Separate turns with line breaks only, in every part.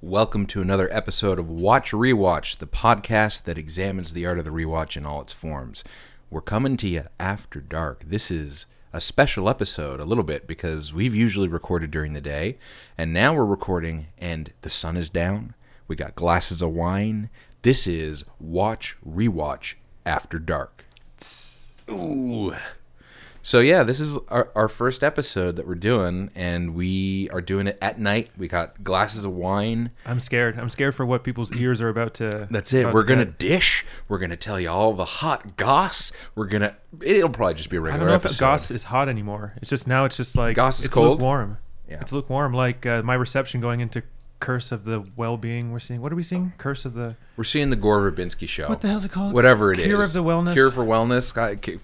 Welcome to another episode of Watch Rewatch, the podcast that examines the art of the rewatch in all its forms. We're coming to you after dark. This is a special episode, a little bit, because we've usually recorded during the day, and now we're recording and the sun is down. We got glasses of wine. This is Watch Rewatch After Dark. Ooh. So yeah, this is our, our first episode that we're doing, and we are doing it at night. We got glasses of wine.
I'm scared. I'm scared for what people's ears are about to.
That's it.
about
We're
to
gonna
get.
dish. We're gonna tell you all the hot goss. We're gonna. It'll probably just be a
I
regular
don't know if
episode.
Goss is hot anymore. It's just now. It's just like
Goss is
it's
cold?
lukewarm.
Yeah.
It's lukewarm. Like uh, my reception going into Curse of the Well-being. We're seeing. What are we seeing? Curse of the.
We're seeing the Gore Verbinski show.
What the hell's it called?
Whatever it is.
Cure of the Wellness?
Cure for wellness. I- c-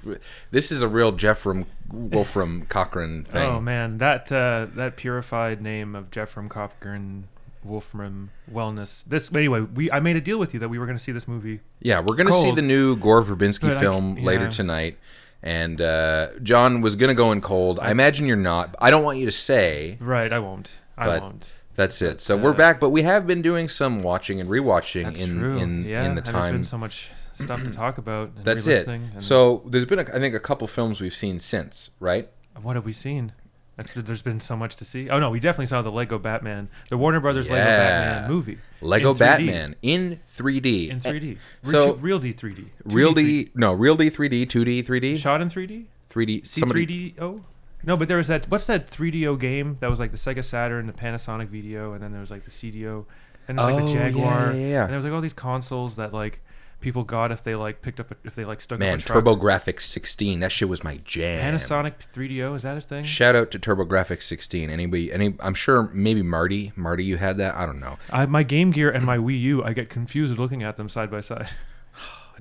This is a real Jeff from Wolfram Cochran thing.
Oh man, that uh, that purified name of Jeffrem Cochran, Wolfram Wellness. This anyway. We I made a deal with you that we were going to see this movie.
Yeah, we're gonna see
Cold.
the new Gore Verbinski
But I-
film later
yeah.
tonight, and uh, John was gonna go in cold. I imagine you're not. I don't want you to say.
Right. I won't. I
But-
won't.
That's it. So
But,
we're
uh,
back, but we have been doing some watching and rewatching
That's
in
true.
in
yeah.
in the
and There's
time.
been so much stuff to talk about. And
That's it.
re-listening and-
So there's been, a, I think, a couple films we've seen since, right?
What have we seen? That's, there's been so much to see. Oh no, we definitely saw the Lego Batman, the Warner Brothers Lego
Yeah.
Batman movie,
Lego
in 3D.
Batman in 3D.
in 3D. Re-
So-
real D 3D,
Real D, no, real D, 3D, 2D, 3D,
shot in 3D,
3D.
C
somebody-
3DO. No, but there was that. What's that 3DO game that was like the Sega Saturn, the Panasonic video, and then there was like the CDO, and there was, like
Oh,
the
yeah, yeah,
Jaguar.
yeah.
And there was like all these consoles that like people got if they like picked up a, if they like stuck
Man,
up a truck.
TurboGrafx 16. That shit was my jam.
Panasonic 3DO is that a thing?
Shout out to TurboGrafx 16. Anybody, any? I'm sure maybe Marty. Marty, you had that. I don't know.
I, my Game Gear and my Wii U, I get confused looking at them side by side.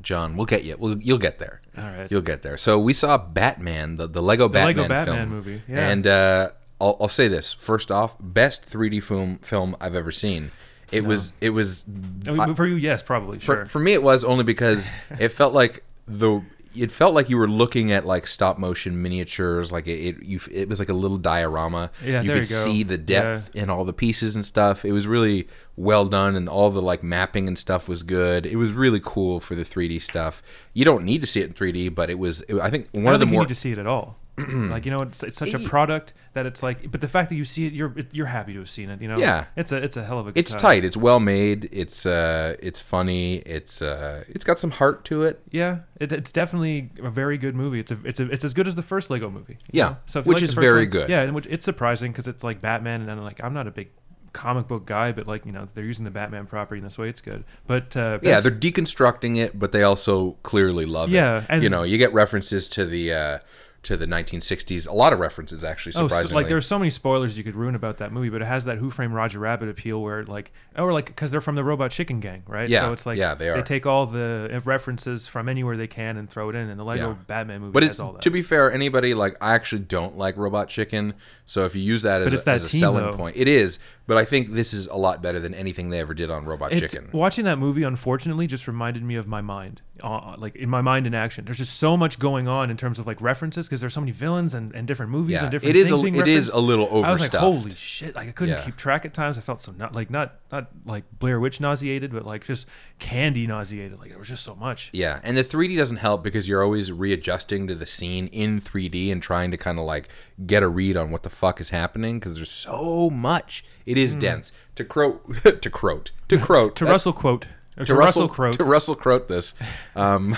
John, we'll get you. We'll, you'll get there.
All right.
You'll get there. So we saw Batman, the, the Lego Batman
Lego Batman
film.
movie, yeah.
And uh, I'll, I'll say this first off, best 3D film film I've ever seen. It was it was
I mean, for you, yes, probably,
for,
sure.
for me it was only because it felt like the it felt like you were looking at like stop motion miniatures like it it, you, it was like a little diorama
Yeah,
you
there
could
you go.
see the depth in all the pieces and stuff it was really well done and all the like mapping and stuff was good it was really cool for the 3d stuff you don't need to see it in 3d but it was it, i think one of
I don't
the
think you
more
need to see it at all. like you know, it's, it's such a product that it's like, but the fact that you see it, you're you're happy to have seen it. You know,
Yeah.
it's a it's a hell of a good
it's
time.
tight it's well made it's uh it's funny it's uh it's got some heart to it
Yeah, it, it's definitely a very good movie. It's a, it's a, it's as good as the first Lego movie. you
Yeah,
know? if you
which
like the
is
first
very
one-
good.
Yeah, and which it's surprising because it's like Batman, and then like I'm not a big comic book guy, but like you know they're using the Batman property in this way, it's good. But uh,
Yeah,
best-
they're deconstructing it, but they also clearly love it.
Yeah, and-
you know, you get references to the uh, to the 1960s. A lot of references, actually.
Oh,
Surprisingly,
so, like there's so many spoilers you could ruin about that movie, but it has that Who Framed Roger Rabbit appeal where it like, or like, because they're from the Robot Chicken Gang, right?
Yeah,
So it's like,
yeah, they are.
They take all the references from anywhere they can and throw it in, and the Lego
Yeah.
Batman movie
but
has
it's,
all that.
to be fair, anybody like I actually don't like Robot Chicken, so if you use that as,
it's
a,
that
as a
team,
selling
though.
point, it is. But I think this is a lot better than anything they ever did on Robot
It-
Chicken.
Watching that movie, unfortunately, just reminded me of my mind, uh, like in my mind in action. There's just so much going on in terms of like references because there's so many villains and, and different movies
Yeah,
and different.
it is
things
a-
being
it is
referenced.
a little
I was like,
overstuffed.
holy shit! Like I couldn't
Yeah.
keep track at times. I felt so not like not not like Blair Witch nauseated, but like just candy nauseated. Like there was just so much.
Yeah, and the 3D doesn't help because you're always readjusting to the scene in 3D and trying to kind of like get a read on what the fuck is happening because there's so much. It is dense. To croat, to croat, to croat, uh,
Hmm. To Russell quote. or
to Russell,
Crowe.
to Russell Crote this. Um,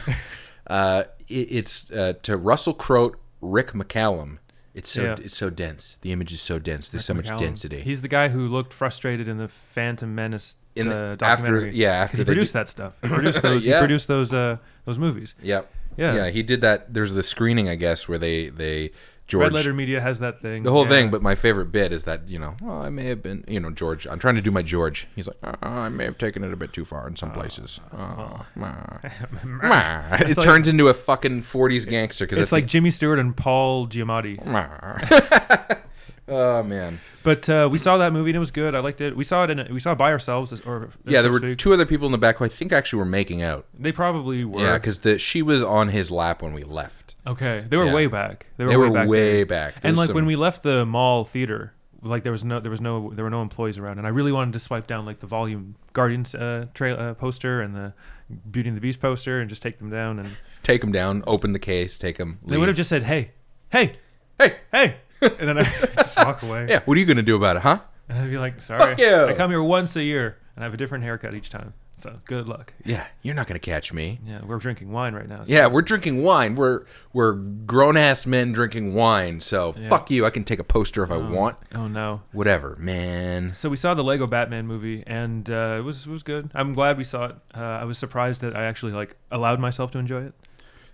uh, it, it's uh, to Russell Crote, Rick McCallum. It's so
Yeah.
it's so dense. The image is so dense. There's so much
McCallum.
density.
He's the guy who looked frustrated in the Phantom Menace
In the-
uh,
after-
documentary.
yeah, after
'Cause he
they
produced that stuff. He produced those.
Yeah.
He produced those uh, those movies.
yep.
Yeah.
Yeah. He did that. There's the screening, I guess, where they they George
Red Letter Media has that thing.
the whole
yeah.
thing. But my favorite bit is that you know, well, I may have been, you know, George. I'm trying to do my George. He's like, uh, uh, I may have taken it a bit too far in some places. Uh, meh. Meh. it
like-
turns into a fucking 40s gangster because
it's like Jimmy Stewart and Paul Giamatti.
oh man.
But uh, we saw that movie and it was good. I liked it. We saw it in we saw it by ourselves. as- Or
Yeah, there
six
were
weeks.
two other people in the back who I think actually were making out.
They probably were.
Yeah, because the she was on his lap when we left.
okay, they were
Yeah.
way back. They were
They
way
were
back.
way back. There
and
was
like
some-
when we left the mall theater, like there was no there was no there were no employees around, and I really wanted to swipe down like the volume Guardians uh, trail uh, poster and the Beauty and the Beast poster and just take them down, and
Take them down, open the case, take them.
they would have just said, "Hey, hey,
Hey,
hey," and then I just walk away,
yeah, what are you going to do about it, huh?
and I'd be like, "Sorry,
you."
I come here once a year, and I have a different haircut each time, so good luck."
Yeah, you're not going to catch me.
Yeah, we're drinking wine right now. so-
Yeah, we're drinking wine. We're we're grown ass men drinking wine. So fuck you. I can take a poster if I want.
Oh no.
Whatever, man.
So we saw the Lego Batman movie, and uh, it was it was good. I'm glad we saw it. Uh, I was surprised that I actually like allowed myself to enjoy it.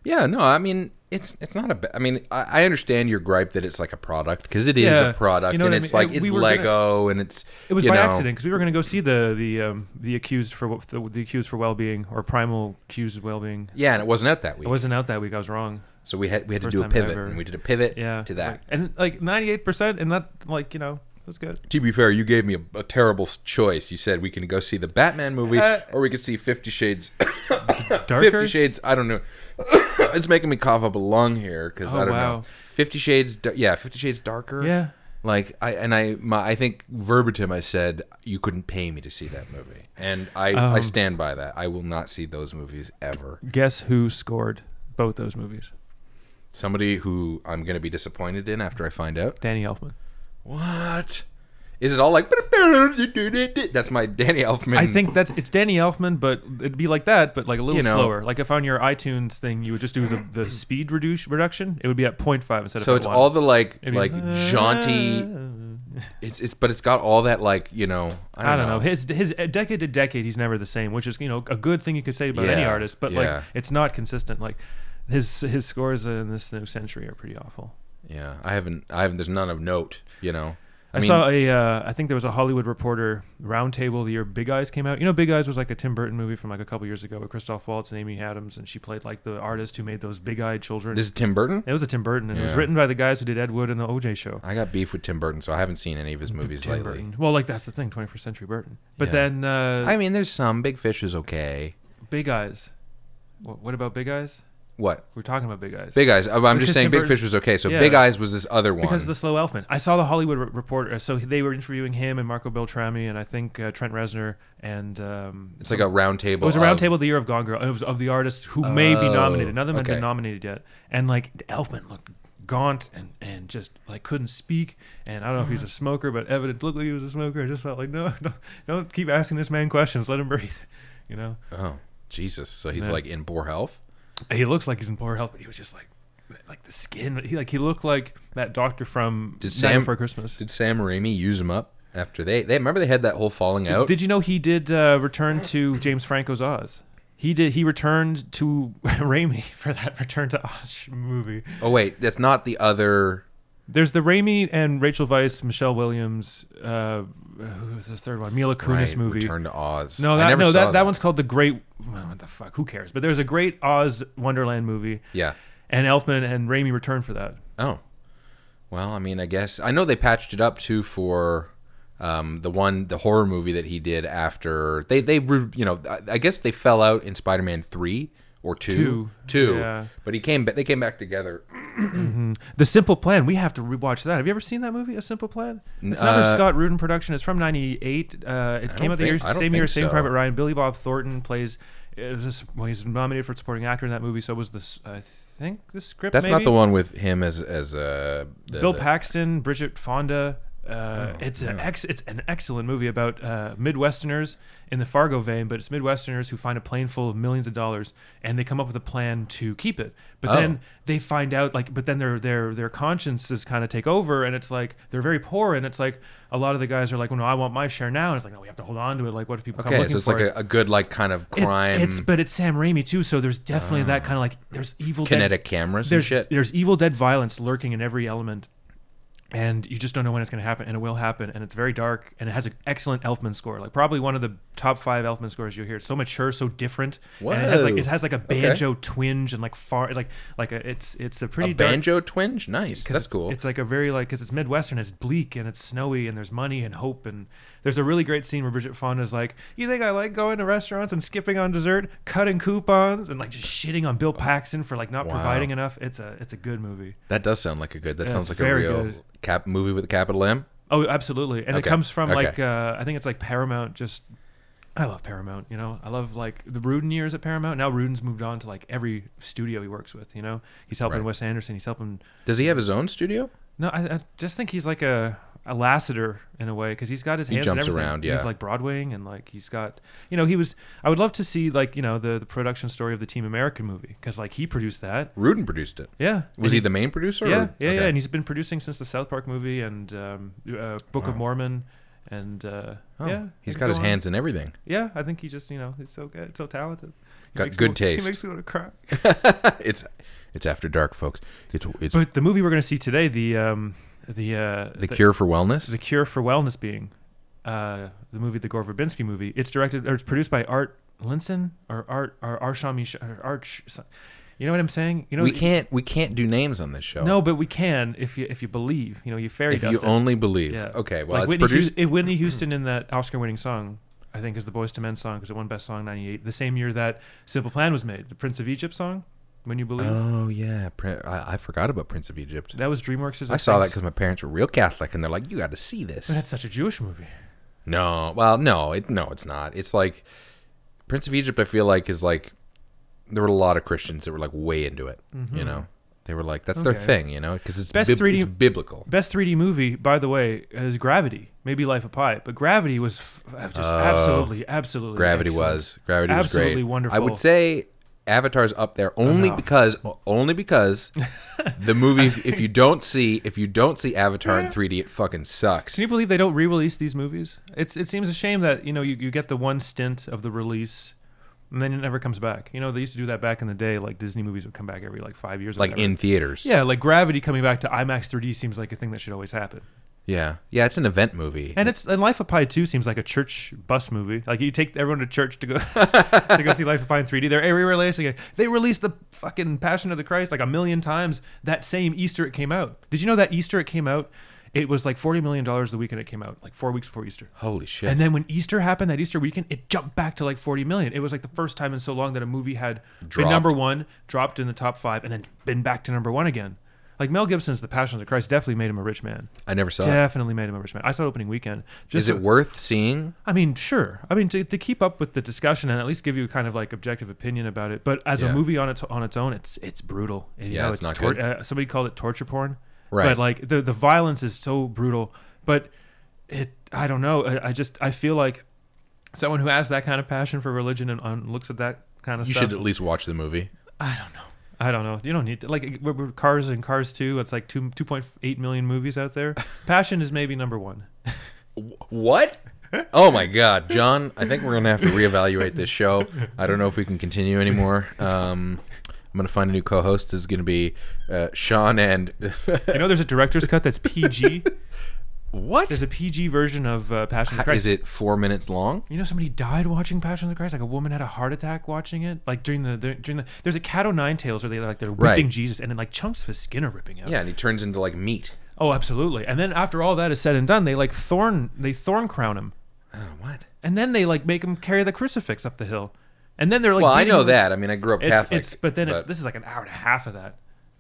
Yeah, no. I mean, it's it's not a. ba- I mean, I, I understand your gripe that it's like a product because it is
Yeah,
a product,
you know
and
what I
it's
mean?
like
Uh,
it's
we were
Lego, and it's
It was
you
by
know,
accident because we were going to go see the the um, the accused for what- the, the accused for well being or primal accused well being.
Yeah, and it wasn't out that
It
week,
wasn't out that week. I was wrong.
so we had we had to
First
do a
time
pivot,
ever.
and we did a pivot to
Yeah. It's
that.
like- and like 98 percent, and that like you know it was good.
to be fair, you gave me a, a terrible s- choice. You said we can go see the Batman movie,
Uh,
or we could see Fifty Shades.
Darker?
Fifty Shades. I don't know. it's making me cough up a lung here because
Oh,
I don't know.
wow.
Fifty Shades. da- Yeah, Fifty Shades Darker.
Yeah.
Like I and I, my, I think verbatim, I said you couldn't pay me to see that movie, and I, I
Um,
stand by that. I will not see those movies ever.
Guess who scored both those movies?
Somebody who I'm going to be disappointed in after I find out.
Danny Elfman.
What is it all like? That's my Danny Elfman.
I think that's it's Danny Elfman, but it'd be like that, but like a little
You know.
slower. Like if on your iTunes thing, you would just do the, the speed reduce reduction, it would be at 0.5 instead
So
of.
it's
at
all
one.
the like
It'd be
like jaunty. It's it's but it's got all that like you know I don't,
I don't know. His his uh, decade to decade, he's never the same, which is you know a good thing you could say about any
Yeah,
artist, but
yeah.
like it's not consistent. Like his his scores in this new century are pretty awful.
Yeah, I haven't I haven't. There's none of note. You know.
I, saw a, uh, I think there was a Hollywood Reporter roundtable the year Big Eyes came out. You know, Big Eyes was like a Tim Burton movie from like a couple years ago with Christoph Waltz and Amy Adams, and she played like the artist who made those big-eyed children.
This is Tim Burton.
It was a Tim Burton, and it was
Yeah.
written by the guys who did Ed Wood and the OJ Show.
I got beef with Tim Burton, so I haven't seen any of his movies
Tim
lately.
Burton. Well, like that's the thing, 21st century Burton. But
Yeah.
then uh,
I mean, there's some. Big Fish is okay.
Big Eyes. What, what about Big Eyes?
What?
We're talking about Big Eyes.
Big Eyes. I'm I'm just
Because
saying
Tim
Big
Burton's-
Fish was okay. So
Yeah.
Big Eyes was this other one.
because of the slow Elfman. I saw the Hollywood Re- Reporter, so they were interviewing him and Marco Beltrami and I think uh, Trent Reznor and um,
it's like a round table.
It was a
of-
roundtable the year of Gone Girl. It was of the artists who may be
Oh,
nominated. None of them had
okay.
been nominated yet. And like Elfman looked gaunt and, and just like couldn't speak. And I don't know if he's a smoker, but evident looked like he was a smoker. I just felt like no, don't, don't keep asking this man questions. Let him breathe. You know,
Oh Jesus! So he's
Yeah.
like in poor health.
he looks like he's in poor health, but he was just like like the skin. He like he looked like that doctor from
Did
Night
Sam-
Before Christmas.
Did Sam Raimi use him up after they? They remember they had that whole falling out.
Did you know he did uh, return to James Franco's Oz? He did. He returned to Raimi for that Return to Oz movie.
oh wait, that's not the other.
There's the Raimi and Rachel Weisz, Michelle Williams, uh, who was the third one? Mila Kunis
Right,
movie.
Return to Oz.
No,
I
that
never
no
saw
that, that one's called the Great. well, What the fuck? Who cares? But there's a Great Oz Wonderland movie,
Yeah.
and Elfman and Raimi returned for that.
Oh. Well, I mean, I guess I know they patched it up too for um, the one the horror movie that he did after they they re- you know I- I guess they fell out in Spider Man three or two
Two,
two,
yeah.
but he came ba- they came back together.
The Simple Plan. We have to rewatch that. Have you ever seen that movie, A Simple Plan? It's another
uh,
Scott Rudin production. It's from '98. Uh, it came
don't
out the year,
think- I don't
same year,
think
same
so.
Private Ryan. Billy Bob Thornton plays. It was a s well, he's nominated for supporting actor in that movie. So was this? I think the script.
That's not
maybe?
the one with him as as uh, the,
Bill
the- Oh,
Paxton, Bridget Fonda. Uh, it's an ex, it's an excellent movie about uh, Midwesterners in the Fargo vein, but it's Midwesterners who find a plane full of millions of dollars and they come up with a plan to keep it. But
Oh.
then they find out like, but then their their their consciences kind of take over, and it's like they're very poor, and it's like a lot of the guys are like, well, no, I want my share now, and it's like, no, we have to hold on to it. Like, what if people come
Okay,
looking
so it's
for
like
it?
a, a good like kind of
It-
crime Ah.
it's but it's Sam Raimi too, so there's definitely that kind of like there's evil dead
kinetic cameras and
there's
shit.
there's evil dead violence lurking in every element and you just don't know when it's going to happen and it will happen and it's very dark and it has an excellent elfman score like probably one of the top five elfman scores you hear it's so mature so different and it has like
Whoa.
it has like a
Okay.
banjo twinge and like far like like a, it's it's a pretty
A
dark-
banjo twinge, nice.
'cause
That's
it's-
cool.
It's like a very like because it's midwestern, it's bleak and it's snowy, and there's money and hope, and there's a really great scene where Bridget Fonda's like, "You think I like going to restaurants and skipping on dessert, cutting coupons, and like just shitting on Bill Paxton for like not
Wow.
providing enough?" It's a it's a good movie.
That does sound like a good. That
Yeah,
sounds like
it's
a
very
real
good.
cap movie with a capital M.
Oh, absolutely. And
Okay.
it comes from
Okay.
like uh, I think it's like Paramount. Just I love Paramount. You know, I love like the Rudin years at Paramount. Now Rudin's moved on to like every studio he works with. You know, he's helping
Right.
Wes Anderson. He's helping.
Does he have his own studio?
No, I, I just think he's like a a Lassiter in a way because he's got his
He
hands
jumps
in everything.
around, yeah.
He's like Broadwing and like he's got you know he was. I would love to see like you know the the production story of the Team America movie because like he produced that.
Rudin produced it.
Yeah.
Was
And
he the main producer? or-
yeah, yeah, yeah,
okay.
and he's been producing since the South Park movie and um, uh, Book of
Wow.
Mormon, and uh,
Oh,
yeah,
he's
and
got his
go on.
hands in everything.
Yeah, I think he just you know he's so good, so talented. He
Got
makes me
good
wa-
taste.
He makes me want to cry.
it's it's after dark, folks. It's it's
But the movie we're going to see today, the um, the uh,
the cure for wellness.
the cure for wellness being, uh, the movie, the Gore Verbinski movie. It's directed or it's produced by Art Linson or Art or Arsham Mish- or Arch. You know what I'm saying? You know
we can't we can't do names on this show.
No, but we can if you if you believe. You know, you fairy
if
dust
you
it.
only believe.
Yeah.
Okay, well,
like
it's
Whitney,
produced.
Houston, Whitney Houston in that Oscar-winning song, I think, is the Boys to Men song because it won Best Song '98, the same year that Simple Plan was made, the Prince of Egypt song, "When You Believe."
Oh yeah, Prin- I, I forgot about Prince of Egypt.
that was DreamWorks.
I saw that because my parents were real Catholic, and they're like, "You got to see this."
that's such a Jewish movie.
No, well, no, it no, it's not. It's like Prince of Egypt. I feel like is like there were a lot of Christians that were like way into it. You know, they were like, "That's their
Mm-hmm. Okay.
thing," you know, because it's
Best
bib-
3D
it's biblical.
Best 3D movie, by the way, is Gravity. Maybe Life of Pi, but Gravity was f- just
Oh.
absolutely, absolutely.
Gravity
excellent.
was gravity was
Absolutely
great. I
wonderful. Uh-huh.
would say Avatar's up there only
no.
because only because the movie. If you don't see if you don't see Avatar in 3D, it fucking sucks.
Can you believe they don't re-release these movies? It's it seems a shame that you know you, you get the one stint of the release, and then it never comes back. You know they used to do that back in the day. Like Disney movies would come back every like five years. Or
Like
whatever.
in theaters.
yeah, like Gravity coming back to IMAX 3D seems like a thing that should always happen.
yeah, yeah. It's an event movie.
And it's and Life of Pi 2 seems like a church bus movie. Like you take everyone to church to go to go see Life of Pi in 3D. They're re-releasing it. They released the fucking Passion of the Christ like a million times that same Easter it came out. Did you know that Easter it came out? It was like forty million dollars the weekend it came out, like four weeks before Easter.
Holy shit!
And then when Easter happened, that Easter weekend, it jumped back to like 40 million. It was like the first time in so long that a movie had been
Dropped.
number one, dropped in the top five, and then been back to number one again. Like Mel Gibson's The Passion of the Christ definitely made him a rich man.
I never saw. it.
Definitely made him a rich man. I saw it opening weekend. Just
Is it worth seeing?
I mean, sure. I mean, to, to keep up with the discussion and at least give you kind of like objective opinion about it. But as
Yeah.
a movie on its on its own, it's it's brutal. You
Yeah,
know,
it's not good.
Uh, somebody called it torture porn.
Right.
But like the the violence is so brutal. But it, I don't know. I, I just I feel like someone who has that kind of passion for religion and, and looks at that kind of
You
stuff.
should at least watch the movie.
I don't know. I don't know. You don't need to like we're- we're Cars and Cars Two. It's like two two point eight million movies out there. Passion is maybe number one.
What? Oh my God, John! I think we're gonna have to reevaluate this show. I don't know if we can continue anymore. Um, I'm gonna find a new co-host. This is gonna be uh, Sean and
You know, there's a director's cut that's PG.
what
There's a PG version of uh, Passion of the
How-
Christ.
is it? Four minutes long?
You know, somebody died watching Passion of the Christ. Like a woman had a heart attack watching it. Like during the during the there's a cat o' nine tails where they like they're
Right.
whipping Jesus and then like chunks of his skin are ripping out.
Yeah, and he turns into like meat.
Oh, absolutely. And then after all that is said and done, they like thorn they thorn crown him,
Oh, what?
and then they like make him carry the crucifix up the hill, and then they're like.
well, I
beating
know
him-
that. I mean, I grew up
It's,
Catholic.
it's but then it's this is like an hour and a half of that.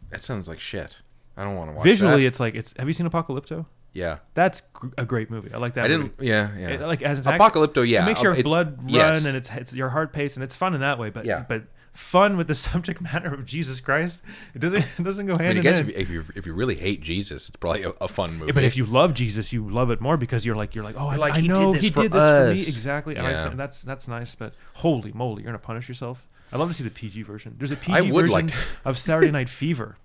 that sounds like shit. I don't want to watch
Visually,
that.
it's like it's. Have you seen Apocalypto?
yeah.
That's gr- a great movie. I like that.
I
movie.
didn't. Yeah, yeah.
It, like as an act-
Apocalypto, yeah. um,
it makes your
It's-
blood run
yes.
and it's it's your heart pace and it's fun in that way. But
Yeah.
but fun with the subject matter of Jesus Christ, it doesn't it doesn't go
I
hand
mean, I
in
guess
hand.
if you, if you if you really hate Jesus, it's probably a, a fun movie.
but if you love Jesus, you love it more because you're like you're like oh I,
like,
I
he did
know
this
he
for
did this for me
us.
exactly. And I
Yeah.
said, that's that's nice, but holy moly, you're gonna punish yourself. I love to see the PG version. There's a PG
I would
version
like
of Saturday Night Fever.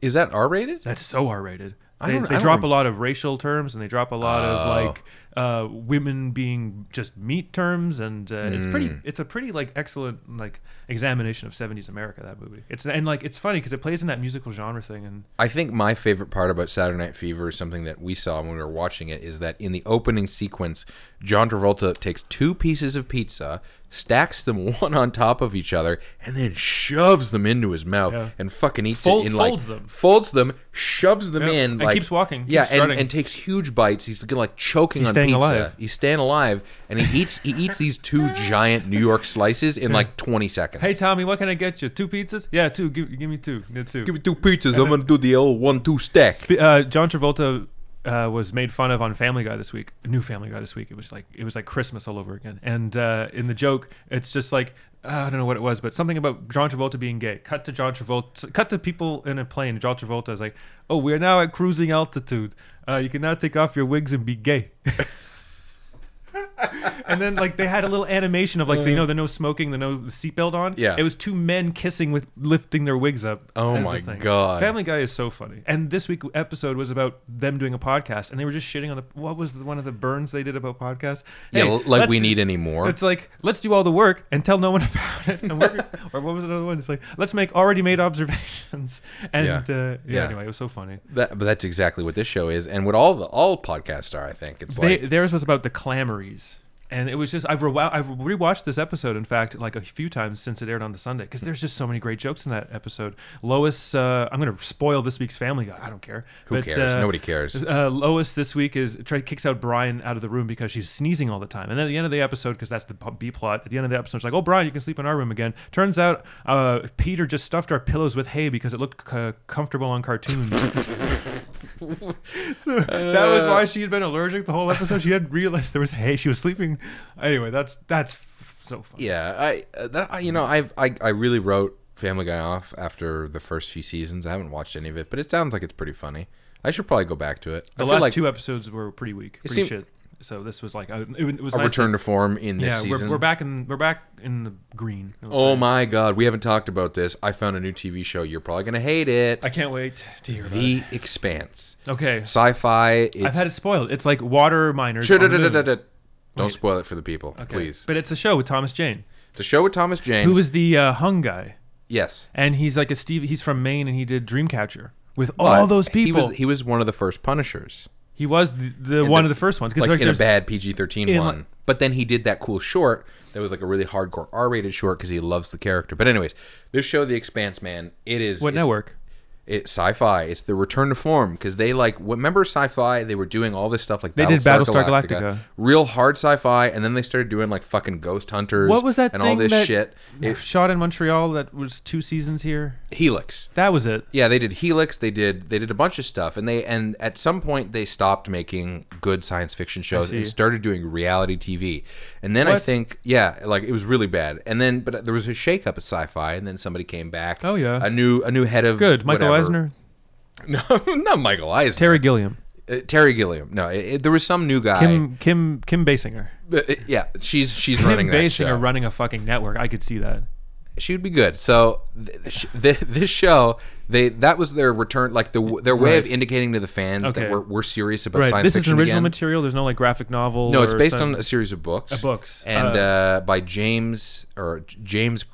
is that R rated?
That's so R-rated.
I
They,
don't- I
they
don't
drop
rem-
a lot of racial terms and they drop a lot
Oh.
of like uh, women being just meat terms and uh, it's pretty. It's a pretty like excellent like examination of '70s America. That movie. It's and like it's funny because it plays in that musical genre thing and
I think my favorite part about Saturday Night Fever is something that we saw when we were watching it is that in the opening sequence, John Travolta takes two pieces of pizza, stacks them one on top of each other, and then shoves them into his mouth
Yeah.
and fucking eats
Fold-
it in
folds
like
them.
folds them, shoves them in,
and
like
keeps walking,
yeah,
keeps
and,
strutting.
and takes huge bites. He's like choking on
staying
pizza.
alive.
He's staying alive, and he eats he eats these two giant New York slices in like twenty seconds.
hey Tommy, what can I get you? Two pizzas? Yeah, two. Give, give me two. Yeah, two.
give me two pizzas. I'm gonna do the old one two stack.
uh, John Travolta uh, was made fun of on Family Guy this week. New Family Guy this week. It was like it was like Christmas all over again. And uh, in the joke, it's just like uh, I don't know what it was, but something about John Travolta being gay. Cut to John Travolta. Cut to people in a plane. John Travolta is like, "Oh, we are now at cruising altitude. Uh, you can now take off your wigs and be gay." and then like they had a little animation of like you know the no smoking, the no seatbelt on.
Uh. Yeah.
it was two men kissing with lifting their wigs up.
Oh
as the
my
thing.
God.
Family Guy is so funny. And this week episode was about them doing a podcast, and they were just shitting on the what was the, one of the burns they did about podcasts.
Yeah,
Hey,
l- like
let's
we
do-
need any more.
It's like let's do all the work and tell no one about it. And we're, or what was another one? It's like let's make already made observations. And
Yeah.
yeah, uh, yeah,
Yeah.
anyway, it was so funny.
That, but that's exactly what this show is, and what all the all podcasts are. I think it's
They,
like
theirs was about the clamorys. And it was just I've rewa I've rewatched this episode in fact like a few times since it aired on the Sunday because there's just so many great jokes in that episode. Lois, uh, I'm gonna spoil this week's Family Guy. I don't care.
who
But,
cares?
uh,
Nobody cares.
Uh, Lois this week is try, kicks out Brian out of the room because she's sneezing all the time. And then at the end of the episode, because that's the p- B plot, at the end of the episode, she's like, "Oh, Brian, you can sleep in our room again." Turns out, uh, Peter just stuffed our pillows with hay because it looked c- comfortable on cartoons. so that was why she had been allergic the whole episode. She hadn't realized there was hay. She was sleeping. Anyway, that's that's f- so funny.
Yeah, I, uh, that, I you know I've I, I really wrote Family Guy off after the first few seasons. I haven't watched any of it, but it sounds like it's pretty funny. I should probably go back to it.
The
I
last
like
two episodes were pretty weak, pretty
seemed-
shit. So this was like a, it was
a
nice to-
return to form in this
yeah,
season.
we're, we're back in we're back in the green. I would
Oh
say.
my god, we haven't talked about this. I found a new TV show. You're probably gonna hate it.
I can't wait to hear about it.
the Expanse,
Okay.
sci-fi. It's,
I've had it spoiled. It's like water miners. on the moon.
Don't spoil it for the people,
Okay.
please.
But it's a show with Thomas Jane,
The show with Thomas Jane.
who was the uh, hung guy,
yes,
and he's like a Steve. He's from Maine, and he did Dreamcatcher with
But
all those people.
He was, he was one of the first Punishers.
He was, the, the one of the first ones. 'cause,
like, in a
there's-
bad PG thirteen
in,
one.
like-
but then he did that cool short that was like a really hardcore R rated short because he loves the character. But anyways, this show, The Expanse, man, it is
What
it's-
network?
It's sci-fi. It's the return to form because they like remember sci-fi. They were doing all this stuff like
They did Battlestar Galactica.
real hard sci-fi, and then they started doing like fucking Ghost Hunters.
What was that
and
thing
all this
that
shit? It-
shot in Montreal that was two seasons here?
Helix.
That was it.
Yeah, they did Helix. They did they did a bunch of stuff, and they and at some point they stopped making good science fiction shows and
see.
started doing reality TV. And then I
What?
think yeah, like it was really bad. And then but there was a shakeup at sci-fi, and then somebody came back.
Oh, yeah.
a new a new head of
Good.
whatever.
Michael Eisner,
No, not Michael Eisner.
Terry Gilliam,
Uh, Terry Gilliam. No, it, it- there was some new guy.
Kim Kim Kim Basinger.
Uh, uh, yeah, she's she's running
Kim
that
Basinger
show.
running a fucking network. I could see that.
she would be good. So th- sh- th- this show, they that was their return, like the their way of
Right.
indicating to the fans that
Okay.
we're, we're serious about
Right.
science
This is
fiction
original
again.
material. There's no like graphic novel.
No, it's
or
based
some-
on a series of books.
Uh, books.
and uh,
Uh,
by James or J- James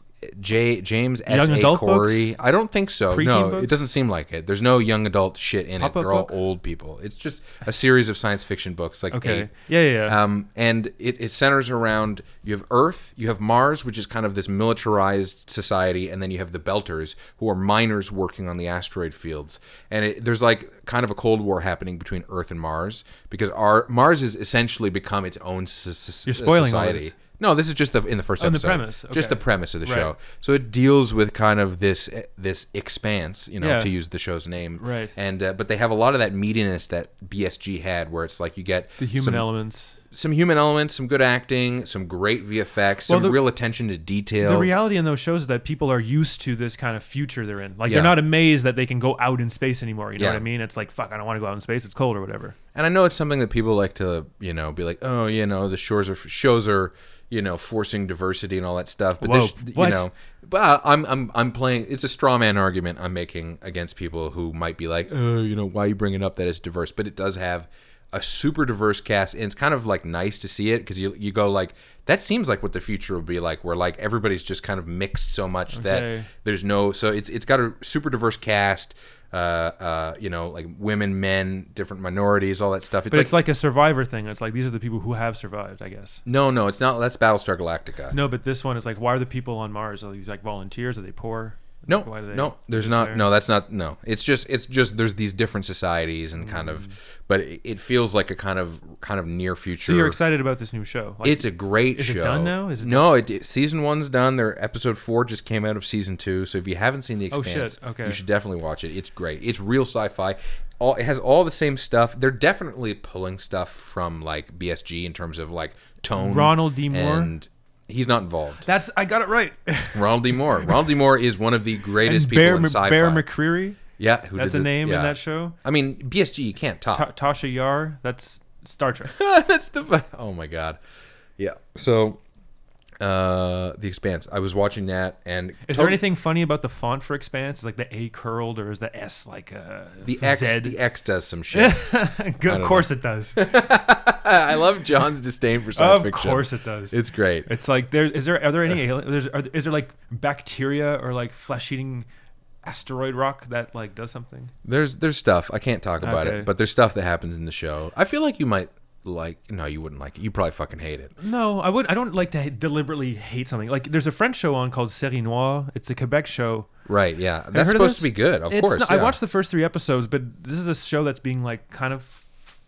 J James S
Young
A
adult
Corey. I don't think so.
Preteen
no, it
books?
doesn't seem like it. There's no young adult shit in it.
Pop-up
They're all
book?
old people. It's just a series of science fiction books, like
Okay.
eight.
Yeah, yeah, yeah.
Um, and it, it centers around you have Earth, you have Mars, which is kind of this militarized society, and then you have the Belters, who are miners working on the asteroid fields. And it, there's like kind of a Cold War happening between Earth and Mars because our Mars has essentially become its own so- so-
You're spoiling all
society.
this.
No, this is just the, in the first
Oh, in the
episode.
premise,
Just the
okay.
premise of the
Right.
show. So it deals with kind of this eh, this expanse, you know,
Yeah.
to use the show's name.
Right.
And uh, but they have a lot of that meatiness that BSG had, where it's like you get
the human
some,
elements.
some human elements, some good acting, some great VFX, some
Well, the-
real attention to detail.
The reality in those shows is that people are used to this kind of future they're in. Like
Yeah.
they're not amazed that they can go out in space anymore. You know
Yeah.
what I mean? It's like fuck, I don't want to go out in space. It's cold or whatever.
and I know it's something that people like to, you know, be like, oh, you know, the shores are shows are, you know, forcing diversity and all that stuff. But
Whoa,
this, you
what?
know, but I'm I'm I'm playing. It's a straw man argument I'm making against people who might be like, oh, you know, why are you bringing up that it's diverse? But it does have a super diverse cast, and it's kind of like nice to see it because you you go like. That seems like what the future will be like, where like everybody's just kind of mixed so much that
Okay.
there's no so it's it's got a super diverse cast, uh, uh, you know, like women, men, different minorities, all that stuff. It's
But
like,
it's like, a survivor thing. It's like these are the people who have survived, I guess.
no, no, it's not. That's Battlestar Galactica.
No, but this one is like, why are the people on Mars? Are these like volunteers? Are they poor?
No,
Like, why do they-
no, there's
just
not.
there?
No, that's not. No, it's just, it's just. There's these different societies and kind of, but it, it feels like a kind of, kind of near future.
Mm. So you're excited about this new show? Like,
it's a great
Is
show.
it done now? Is it-
no, it, it- season one's done. Their episode four just came out of season two. So if you haven't seen the
Oh, shit.
Expanse,
Okay.
you should definitely watch it. It's great. It's real sci-fi. all it has all the same stuff. They're definitely pulling stuff from like BSG in terms of like tone.
Ronald D. Moore?
and he's not involved.
That's I got it right.
Ronald D. Moore. Ronald D. Moore is one of the greatest people
Bear,
in
Mc-
sci-fi.
Bear McCreary.
yeah, who
That's
did
a
the-
name
yeah.
in that show.
I mean, BSG you can't top.
Ta- Tasha Yar. That's Star Trek.
That's the oh my god, yeah. So, uh, the Expanse. I was watching that, and
Is there anything funny about the font for Expanse? Is like the A curled or is the S like a
The X,
Z?
the X does some shit.
of course it does.
I love John's disdain for science
of
fiction.
course it does.
it's great.
It's like there is there are there any alien? There's, are, there- is there like bacteria or like flesh eating asteroid rock that like does something?
There's there's stuff I can't talk about
Okay.
it, but there's stuff that happens in the show. I feel like you might like. No, you wouldn't like it. You probably fucking hate it.
No, I would. I don't like to ha- deliberately hate something. Like there's a French show on called Série Noire. It's a Quebec show.
Right? Yeah. That's
heard of
supposed
this?
to be good. Of
It's
course.
not- I
yeah.
watched the first three episodes, but this is a show that's being like kind of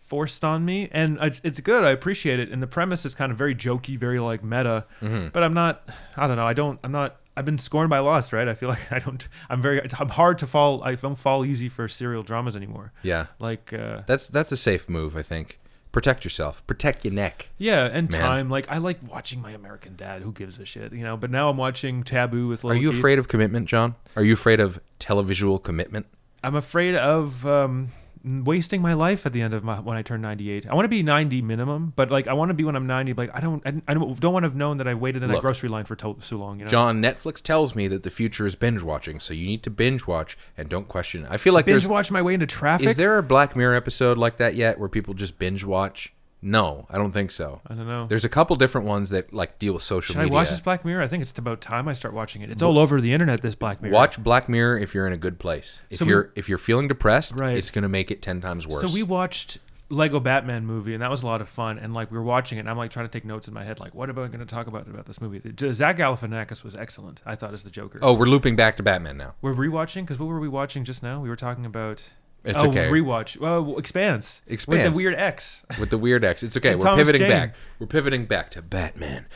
forced on me, and it's, it's good. I appreciate it, and the premise is kind of very jokey, very like meta.
Mm-hmm.
But I'm not. I don't know. I don't. I'm not. I've been scorned by Lost, right? I feel like I don't. I'm very. I'm hard to fall. I don't fall easy for serial dramas anymore.
Yeah.
Like. Uh,
That's that's a safe move. I think. Protect yourself. Protect your neck.
yeah, and
Man.
time. Like I like watching my American Dad. Who gives a shit, you know? But now I'm watching Taboo with.
Are
Lil
you
Keith.
afraid of commitment, John? Are you afraid of televisual commitment?
I'm afraid of um, wasting my life at the end of my when I turn 98. I want to be 90 minimum, but like I want to be when I'm 90. Like I don't, I, I don't, don't want to have known that I waited in that
Look.
grocery line for to- so long. You know,
John, Netflix tells me that the future is binge watching, so you need to binge watch and don't question. it. I feel like
binge
there's
watch my way into traffic.
is there a Black Mirror episode like that yet where people just binge watch? No, I don't think so.
I don't know.
There's a couple different ones that like deal with social
Should I
media.
watch this Black Mirror? I think it's about time I start watching it. It's all over the internet. This Black Mirror.
Watch Black Mirror if you're in a good place. If
So we-
you're if you're feeling depressed,
Right.
it's gonna make it ten times worse.
So we watched Lego Batman movie, and that was a lot of fun. And like we were watching it, and I'm like trying to take notes in my head, like what am I going to talk about about this movie? Zach Galifianakis was excellent. I thought as the Joker.
oh, we're looping back to Batman now.
We're rewatching because what were we watching just now? We were talking about
It's
oh,
okay.
rewatch. Well, Expanse. with
Expanse.
the weird X.
With the weird X. It's okay.
And
We're
Thomas
pivoting
Jane.
back. We're pivoting back to Batman.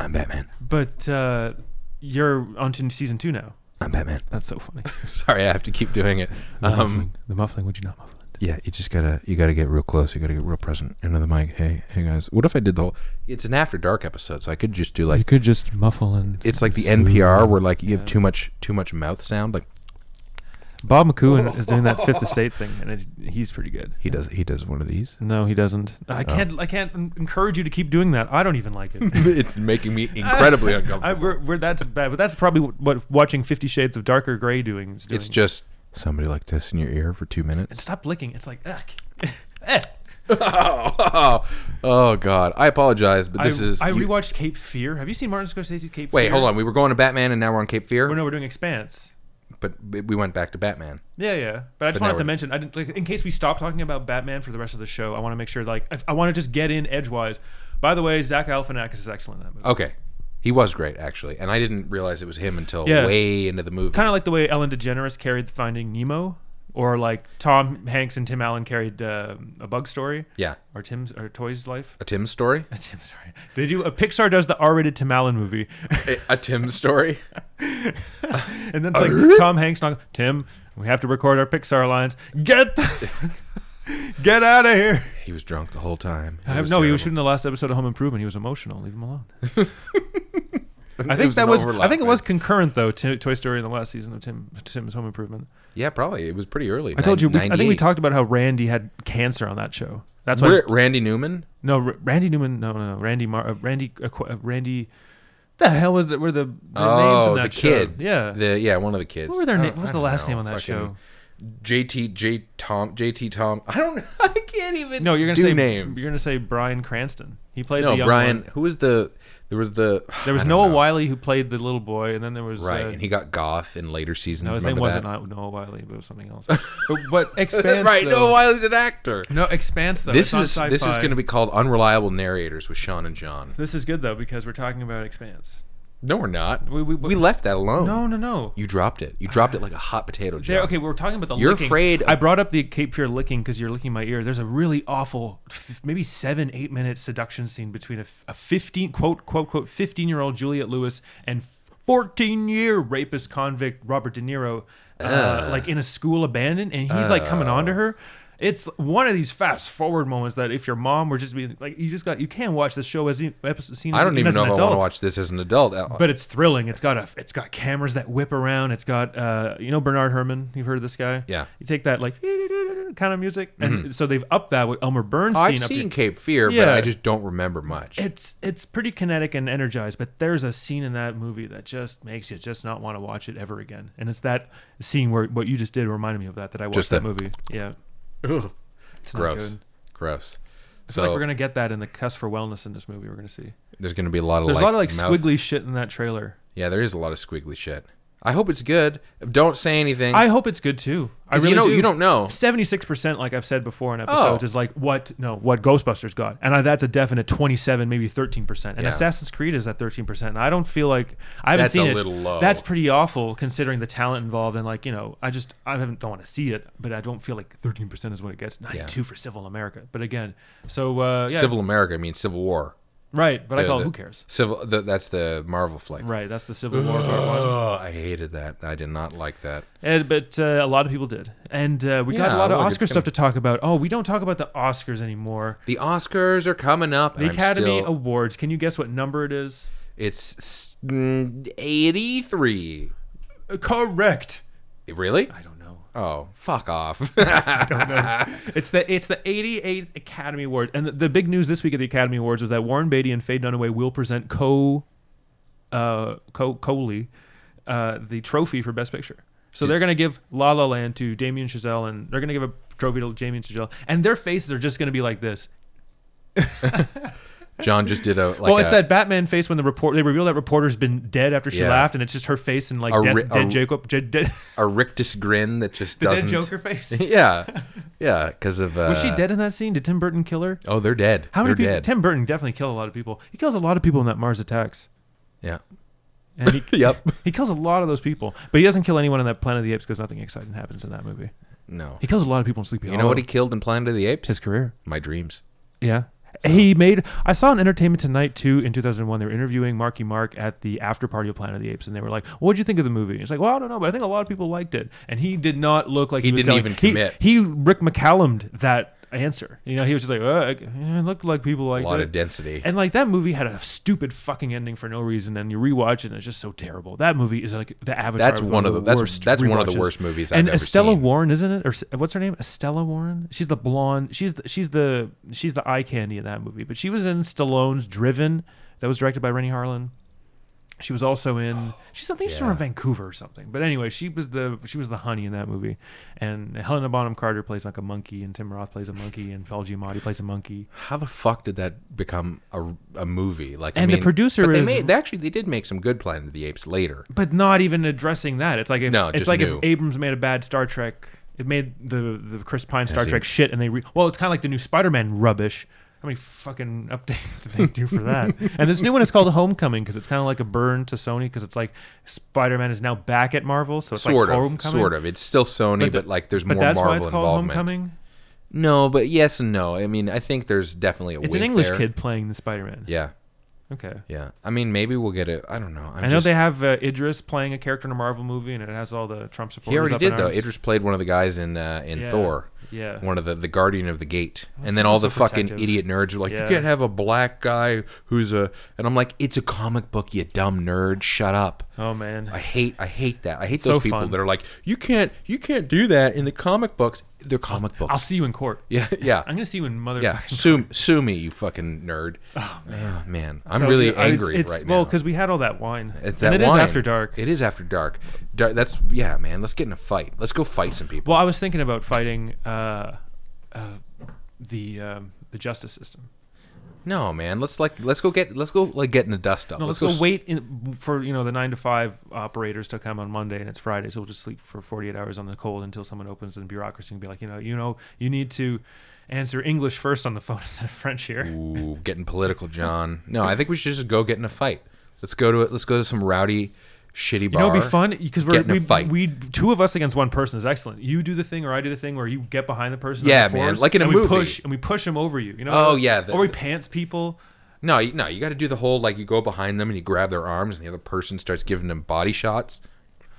I'm Batman.
But uh, you're on to season two now.
I'm Batman.
That's so funny.
Sorry, I have to keep doing it.
The
Um,
muffling. The muffling. Would you not muffle it?
yeah, you just gotta you gotta get real close. You gotta get real present into the mic. Hey, hey guys. What if I did the whole? It's an after dark episode, so I could just do like
could just muffle and.
it's like the NPR where like you have too much too much mouth sound. Like
Bob McCoon is doing that Fifth Estate thing, and it's, he's pretty good.
he Oh. does he does one of these.
No, he doesn't. I can't. I can't en- encourage you to keep doing that. I don't even like it.
it's making me incredibly uncomfortable.
I, we're, we're, that's bad, but that's probably what watching Fifty Shades of Darker Gray doing. Is doing.
It's just somebody like this in your ear for two minutes.
stop licking. It's like, ugh. Eh.
oh, oh, oh, God, I apologize, but this
I,
is
I
you-
rewatched Cape Fear. Have you seen Martin Scorsese's Cape
wait.
Fear?
Hold on, we were going to Batman and now we're on Cape Fear,
We're, no, we're doing Expanse.
but we went back to Batman.
Yeah, yeah. But I just
But now
wanted to
we're-
mention, I didn't, like, in case we stop talking about Batman for the rest of the show, I want to make sure, like, I, I want to just get in edgewise. By the way, Zach Galifianakis is excellent in that movie.
Okay, he was great actually, and I didn't realize it was him until
Yeah.
way into the movie.
Kind of like the way Ellen DeGeneres carried Finding Nemo, or like Tom Hanks and Tim Allen carried uh, A Bug Story,
yeah,
or Tim's or Toy's Life.
a Tim story.
Uh, Tim, sorry. They do a Pixar does the R-rated Tim Allen movie,
a, a Tim story.
and then it's like Tom Hanks knock Tim. We have to record our Pixar lines. Get the- get out of here.
He was drunk the whole time. It
I have,
was
no, he was
terrible.
shooting the last episode of Home Improvement. He was emotional. Leave him alone. I
It
think
was
that
an
was. I
overlap,
think it
man.
was concurrent though. To Toy Story in the last season of Tim Tim's Home Improvement.
Yeah, probably. It was pretty early.
I told you. We, I think we talked about how Randy had cancer on that show. That's why.
Randy Newman.
no, R- Randy Newman. No, no, no. Randy. Mar, uh, Randy. Uh, Qu- uh, Randy. The hell was that? Were the, the names in
Oh, the
that show?
kid.
Yeah.
The yeah, one of the kids.
what were their
I
name?
don't-
What
I
was the
don't
last
know.
name on that
Fucking
show?
JT J Tom JT Tom. I don't. I can't even.
No, you're gonna
do
say
names.
You're gonna say Brian Cranston. He played the
no,
young
Brian.
one.
Who was the? There was the.
There was
I don't
Noah
know.
Wiley who played the little boy, and then there was
Right,
uh,
and he got goth in later seasons.
No, his name
remember
wasn't
that?
not Noah Wiley, but it was something else. but, but expanse
right,
though.
Noah Wiley's an actor.
No, expanse though.
this is
it's on
this is
Sci-Fi.
going to be called unreliable narrators with Sean and John.
This is good though because we're talking about expanse.
No, we're not.
We- we-
we left that alone.
No, no, no.
You dropped it. You dropped it like a hot potato. John.
There, okay, we're talking about the.
You're
licking.
afraid of-
I brought up the Cape Fear licking because you're licking my ear. There's a really awful, f- maybe seven, eight minute seduction scene between a, f- a fifteen quote quote quote fifteen year old Juliet Lewis and fourteen year rapist convict Robert De Niro. uh, like in a school abandoned, and he's like coming on to
Oh.
her. It's one of these fast forward moments that if your mom were just being like, you just got you can watch this show as e- episode seen.
I don't even
as
know if
an
I want
adult
to watch this as an adult. Uh,
but it's thrilling. It's got a it's got cameras that whip around. It's got uh you know Bernard Herman. You've heard of this guy?
Yeah. Mm-hmm.
You take that like kind of music, and so they've upped that with Elmer Bernstein.
I've
upped
seen
it.
Cape Fear, but
Yeah.
I just don't remember much.
It's it's pretty kinetic and energized, but there's a scene in that movie that just makes you just not want to watch it ever again. And it's that scene where what you just did reminded me of that that I watched
Just
that,
that-
movie. Yeah. It's not
Gross.
good.
Gross.
I feel
So
like we're gonna get that in the cuss for wellness in this movie. We're gonna see.
there's going to be a lot of
There's
like
a lot of like
mouth-
squiggly shit in that trailer.
Yeah, there is a lot of squiggly shit. I hope it's good. Don't say anything.
I hope it's good too. I
'Cause
really
you know
do.
you don't know. Oh.
Seventy-six percent, like I've said before in episodes, is like what no what Ghostbusters got, and I, that's a definite twenty-seven, maybe thirteen percent. And
Yeah.
Assassin's Creed is at thirteen percent. I don't feel like I haven't
That's
seen
a
it.
little low.
That's pretty awful considering the talent involved, and like you know, I just I haven't don't want to see it, but I don't feel like thirteen percent is what it gets. Ninety-two for Civil America, but again, so uh, yeah,
Civil America means Civil War.
right. But I
The-
call it
the-
who cares.
Civil. The, that's the Marvel flick.
Right, that's the Civil War part one.
Oh, I hated that. I did not like that.
And, but uh, a lot of people did, and uh, we got
Yeah,
a lot of
look, it's
Oscar
gonna-
stuff to talk about. Oh, we don't talk about the Oscars anymore.
The Oscars are coming up.
The Academy Awards. Can you guess what number it is?
It's s- mm, 83. Uh,
Correct.
Really?
I don't know.
Oh, fuck off.
It's the it's the 88th Academy Awards, and the, the big news this week at the Academy Awards was that Warren Beatty and Faye Dunaway will present Co, uh, Co Coley, uh, the trophy for Best Picture. So they're gonna give La La Land to Damien Chazelle, and they're gonna give a trophy to Damien Chazelle, and their faces are just gonna be like this.
John just did a like
well, it's
a,
that Batman face when the report they reveal that reporter's been dead after she
Yeah.
laughed, and it's just her face and like
A
dead,
ri- a
dead
r-
Jacob, dead, dead,
a rictus grin that just
the
doesn't.
dead Joker face.
yeah, yeah, because of uh,
Was she dead in that scene? Did Tim Burton kill her?
Oh, they're dead.
How many
they're
people?
Dead.
Tim Burton definitely killed a lot of people. He kills a lot of people in that Mars Attacks,
yeah.
and he
Yep.
he kills a lot of those people. But he doesn't kill anyone in that Planet of the Apes because nothing exciting happens in that movie.
No.
He kills a lot of people in Sleepy
You know
Hollow.
what he killed in Planet of the Apes?
his career.
My dreams.
Yeah. He made. I saw an Entertainment Tonight too in 2001. They were interviewing Marky Mark at the after party of Planet of the Apes, and they were like, "What would you think of the movie?" And he's like, "Well, I don't know, but I think a lot of people liked it." And he did not look like he,
He
was
didn't
selling-
even
he-
commit.
He, Rick McCallum'd that answer. You know, he was just like, "Uh, it it looked like
A
people liked
lot
it."
of density.
and like that movie had a stupid fucking ending for no reason, and you rewatch it, and it's just so terrible. That movie is like the Avatar.
That's
was
one of the- that's-
worst
that's one of the
rewatches.
worst movies I've
And
ever
Estella
seen.
Warren, isn't it? Or s- what's her name? Estella Warren. She's the blonde. She's the, she's the she's the eye candy in that movie. But she was in Stallone's Driven, that was directed by Rennie Harlan. She was also in. She's something. She's
yeah.
from Vancouver or something. But anyway, she was the she was the honey in that movie. And Helena Bonham Carter plays like a monkey, and Tim Roth plays a monkey, and Paul Giamatti plays a monkey.
How the fuck did that become a, a movie? Like, I
And the
mean,
producer
but they
is-
made, they actually they did make some good Planet of the Apes later.
but not even addressing that. It's like if,
No,
it's
just
like
new.
if Abrams made a bad Star Trek, it made the the Chris Pine Star
see.
Trek shit, and they re- well, it's kind of like the new Spider Man rubbish. How many fucking updates did they do for that? and this new one is called Homecoming because it's kind of like a burn to Sony because it's like Spider Man is now back at Marvel, so it's
Sort
like
of,
Homecoming.
sort of. It's still Sony, but,
the-
like there's
But
more
that's
Marvel
why it's called
involvement.
Homecoming.
No, but yes and no. I mean, I think there's definitely a.
It's an
wink
English
there.
kid playing the Spider Man.
Yeah,
Okay.
yeah. I mean, maybe we'll get it. I don't know. I'm
i know
just,
they have uh, Idris playing a character in a Marvel movie, and it has all the Trump supporters.
He already
up in
did though.
arms.
Idris played one of the guys in uh, in
Yeah.
Thor.
Yeah.
One of the the guardian of the gate, and
so-
then all the
so
fucking
protective.
idiot nerds were like,
Yeah.
"You can't have a black guy who's a," and I'm like, "It's a comic book, you dumb nerd. Shut up."
Oh man.
I hate I hate that. I hate
So
those people
fun.
that are like, you can't you can't do that in the comic books. They're comic books.
I'll see you in court.
yeah, yeah,
I'm gonna see you in motherfucking.
yeah. Sue sue me, you fucking nerd. Oh man, man, I'm
So,
really
yeah, it's-
angry
it's,
right
Well,
now.
because we had all that wine.
It's
and
that
it is
wine.
after dark.
It is after dark. Dar- that's yeah, man. Let's get in a fight. Let's go fight some people.
well, I was thinking about fighting uh, uh, the um, the justice system.
No, man. Let's like let's go get let's go like get in a dust up.
No, let's, go, wait in, for you know the nine to five operators to come on Monday, and it's Friday, so we'll just sleep for 48 hours on the cold until someone opens and bureaucracy and be like, you know, you know, you need to answer English first on the phone instead of French here.
Ooh, getting political, John. No, I think we should just go get in a fight. Let's go to it. Let's go to some rowdy, shitty
You
bar.
know, it'd be fun because we're
Get in a
we,
fight.
we two of us against one person is excellent. You do the thing or I do the thing where you get behind the person. on
Yeah,
the
man,
fours,
like in a
and
movie.
We push and we push them over you. You know.
Oh, yeah, the-
or we pants people.
No, you, no, you got to do the whole like you go behind them and you grab their arms and the other person starts giving them body shots.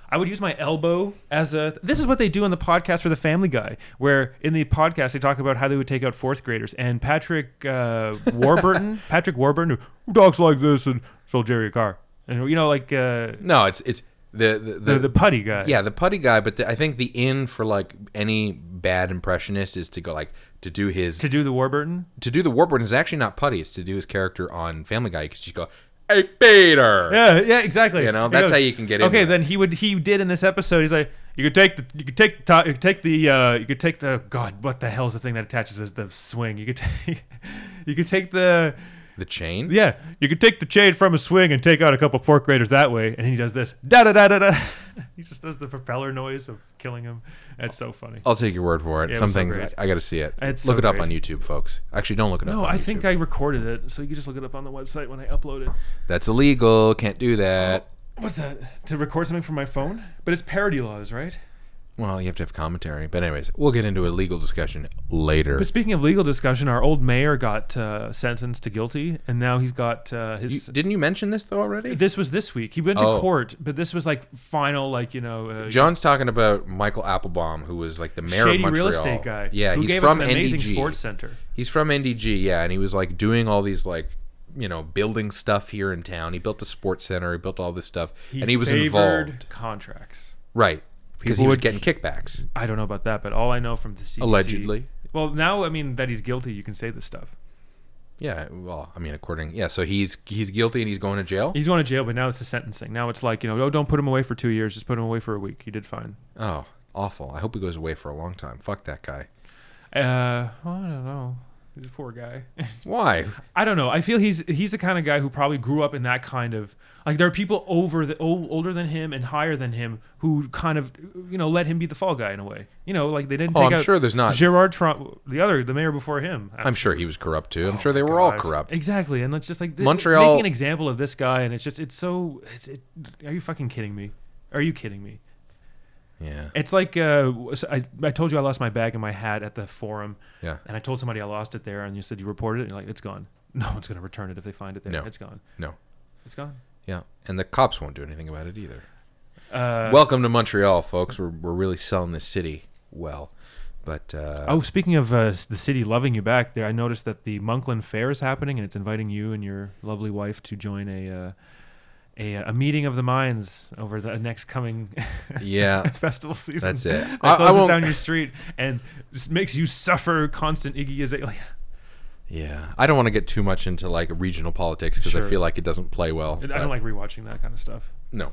I I would use my elbow as a. This is what they do on the podcast for the Family Guy, where in the podcast they talk about how they would take out fourth graders. And Patrick uh, Warburton, Patrick Warburton, who talks like this and sold Jerry a car, and you know, like uh,
No, it's it's the the,
the, the putty guy.
yeah the putty guy. But the, I think the in for like any bad impressionist is to go like to do his
To
to,
do the Warburton,
do the Warburton is actually not putty. It's to do his character on Family Guy because you go, hey Peter.
yeah, yeah, exactly.
You know,
He
that's
goes-
how you can get into
Okay,
it.
then he would he did in this episode. He's like, you could take the you could take the top, you could take the uh, you could take the God, what the hell is the thing that attaches as the swing? You could take you could take the
The chain.
yeah you could take the chain from a swing and take out a couple fourth graders that way. And he does this da da da da da. He just does the propeller noise of killing him. That's so funny.
I'll take your word for it.
Yeah, it
Some
was so
things I,
great.
I got to see it.
It's
look
so
it up
great.
on YouTube, folks. Actually, don't look it up.
No,
on
Oh, I
YouTube.
think I recorded it, so you can just look it up on the website when I upload it.
that's illegal. Can't do that.
What's that? To record something from my phone? But it's parody laws, right?
Well, you have to have commentary. But anyways, we'll get into a legal discussion later.
But speaking of legal discussion, our old mayor got uh, sentenced to guilty, and now he's got uh,
You-
his.
didn't you mention this though already?
this was this week. He went to
Oh.
court, but this was like final, like you know, uh,
John's talking about Michael Applebaum, who was like the mayor of
shady
Montreal.
real estate guy.
Yeah,
who
he's
gave
from
us an amazing
NDG.
sports center.
He's from NDG. Yeah, and he was like doing all these like you know building stuff here in town. He built a sports center. He built all this stuff, and he was
favored
involved,
Contracts.
right? Because he
People
was
would-
getting kickbacks.
I don't know about that, but all I know from the CDC,
Allegedly.
Well, now I mean that he's guilty, you can say this stuff.
Yeah. Well, I mean, according yeah, so he's he's guilty and he's going to jail.
He's going to jail, but now it's the sentencing. Now it's like you know, oh, don't put him away for two years, just put him away for a week. He did fine.
Oh, awful. I hope he goes away for a long time. Fuck that guy.
Uh, well, I don't know. He's a poor guy.
Why?
I don't know. I feel he's he's the kind of guy who probably grew up in that kind of like there are people over the o- older than him and higher than him who kind of you know let him be the fall guy in a way. You know, like they didn't
Oh,
take
I'm
out
sure there's not.
Gerard Trump, the other the mayor before him.
I'm sure he was corrupt too. I'm sure they were all
Oh, Gosh.
corrupt.
Exactly, and it's just like th-
Montreal-
making an example of this guy, and it's just it's so. It's, it, are you fucking kidding me? Are you kidding me?
Yeah.
It's like uh, I, I told you I lost my bag and my hat at the forum.
Yeah.
And I told somebody I lost it there, and you said you reported it. And you're like, it's gone. No one's gonna return it if they find it there.
No.
It's gone.
No.
It's gone.
Yeah. And the cops won't do anything about it either.
Uh,
Welcome to Montreal, folks. We're, we're really selling this city well. But uh,
oh, speaking of uh, s- the city loving you back, there I noticed that the Monkland Fair is happening, and it's inviting you and your lovely wife to join a uh, a, uh, a meeting of the minds over the next coming
yeah,
festival season.
that's it. I,
That
I
closes
won't.
down your street and just makes you suffer constant Iggy Azalea.
yeah, I don't want to get too much into like regional politics because I
Sure.
feel like it doesn't play well.
I
but
don't like rewatching that kind of stuff.
no,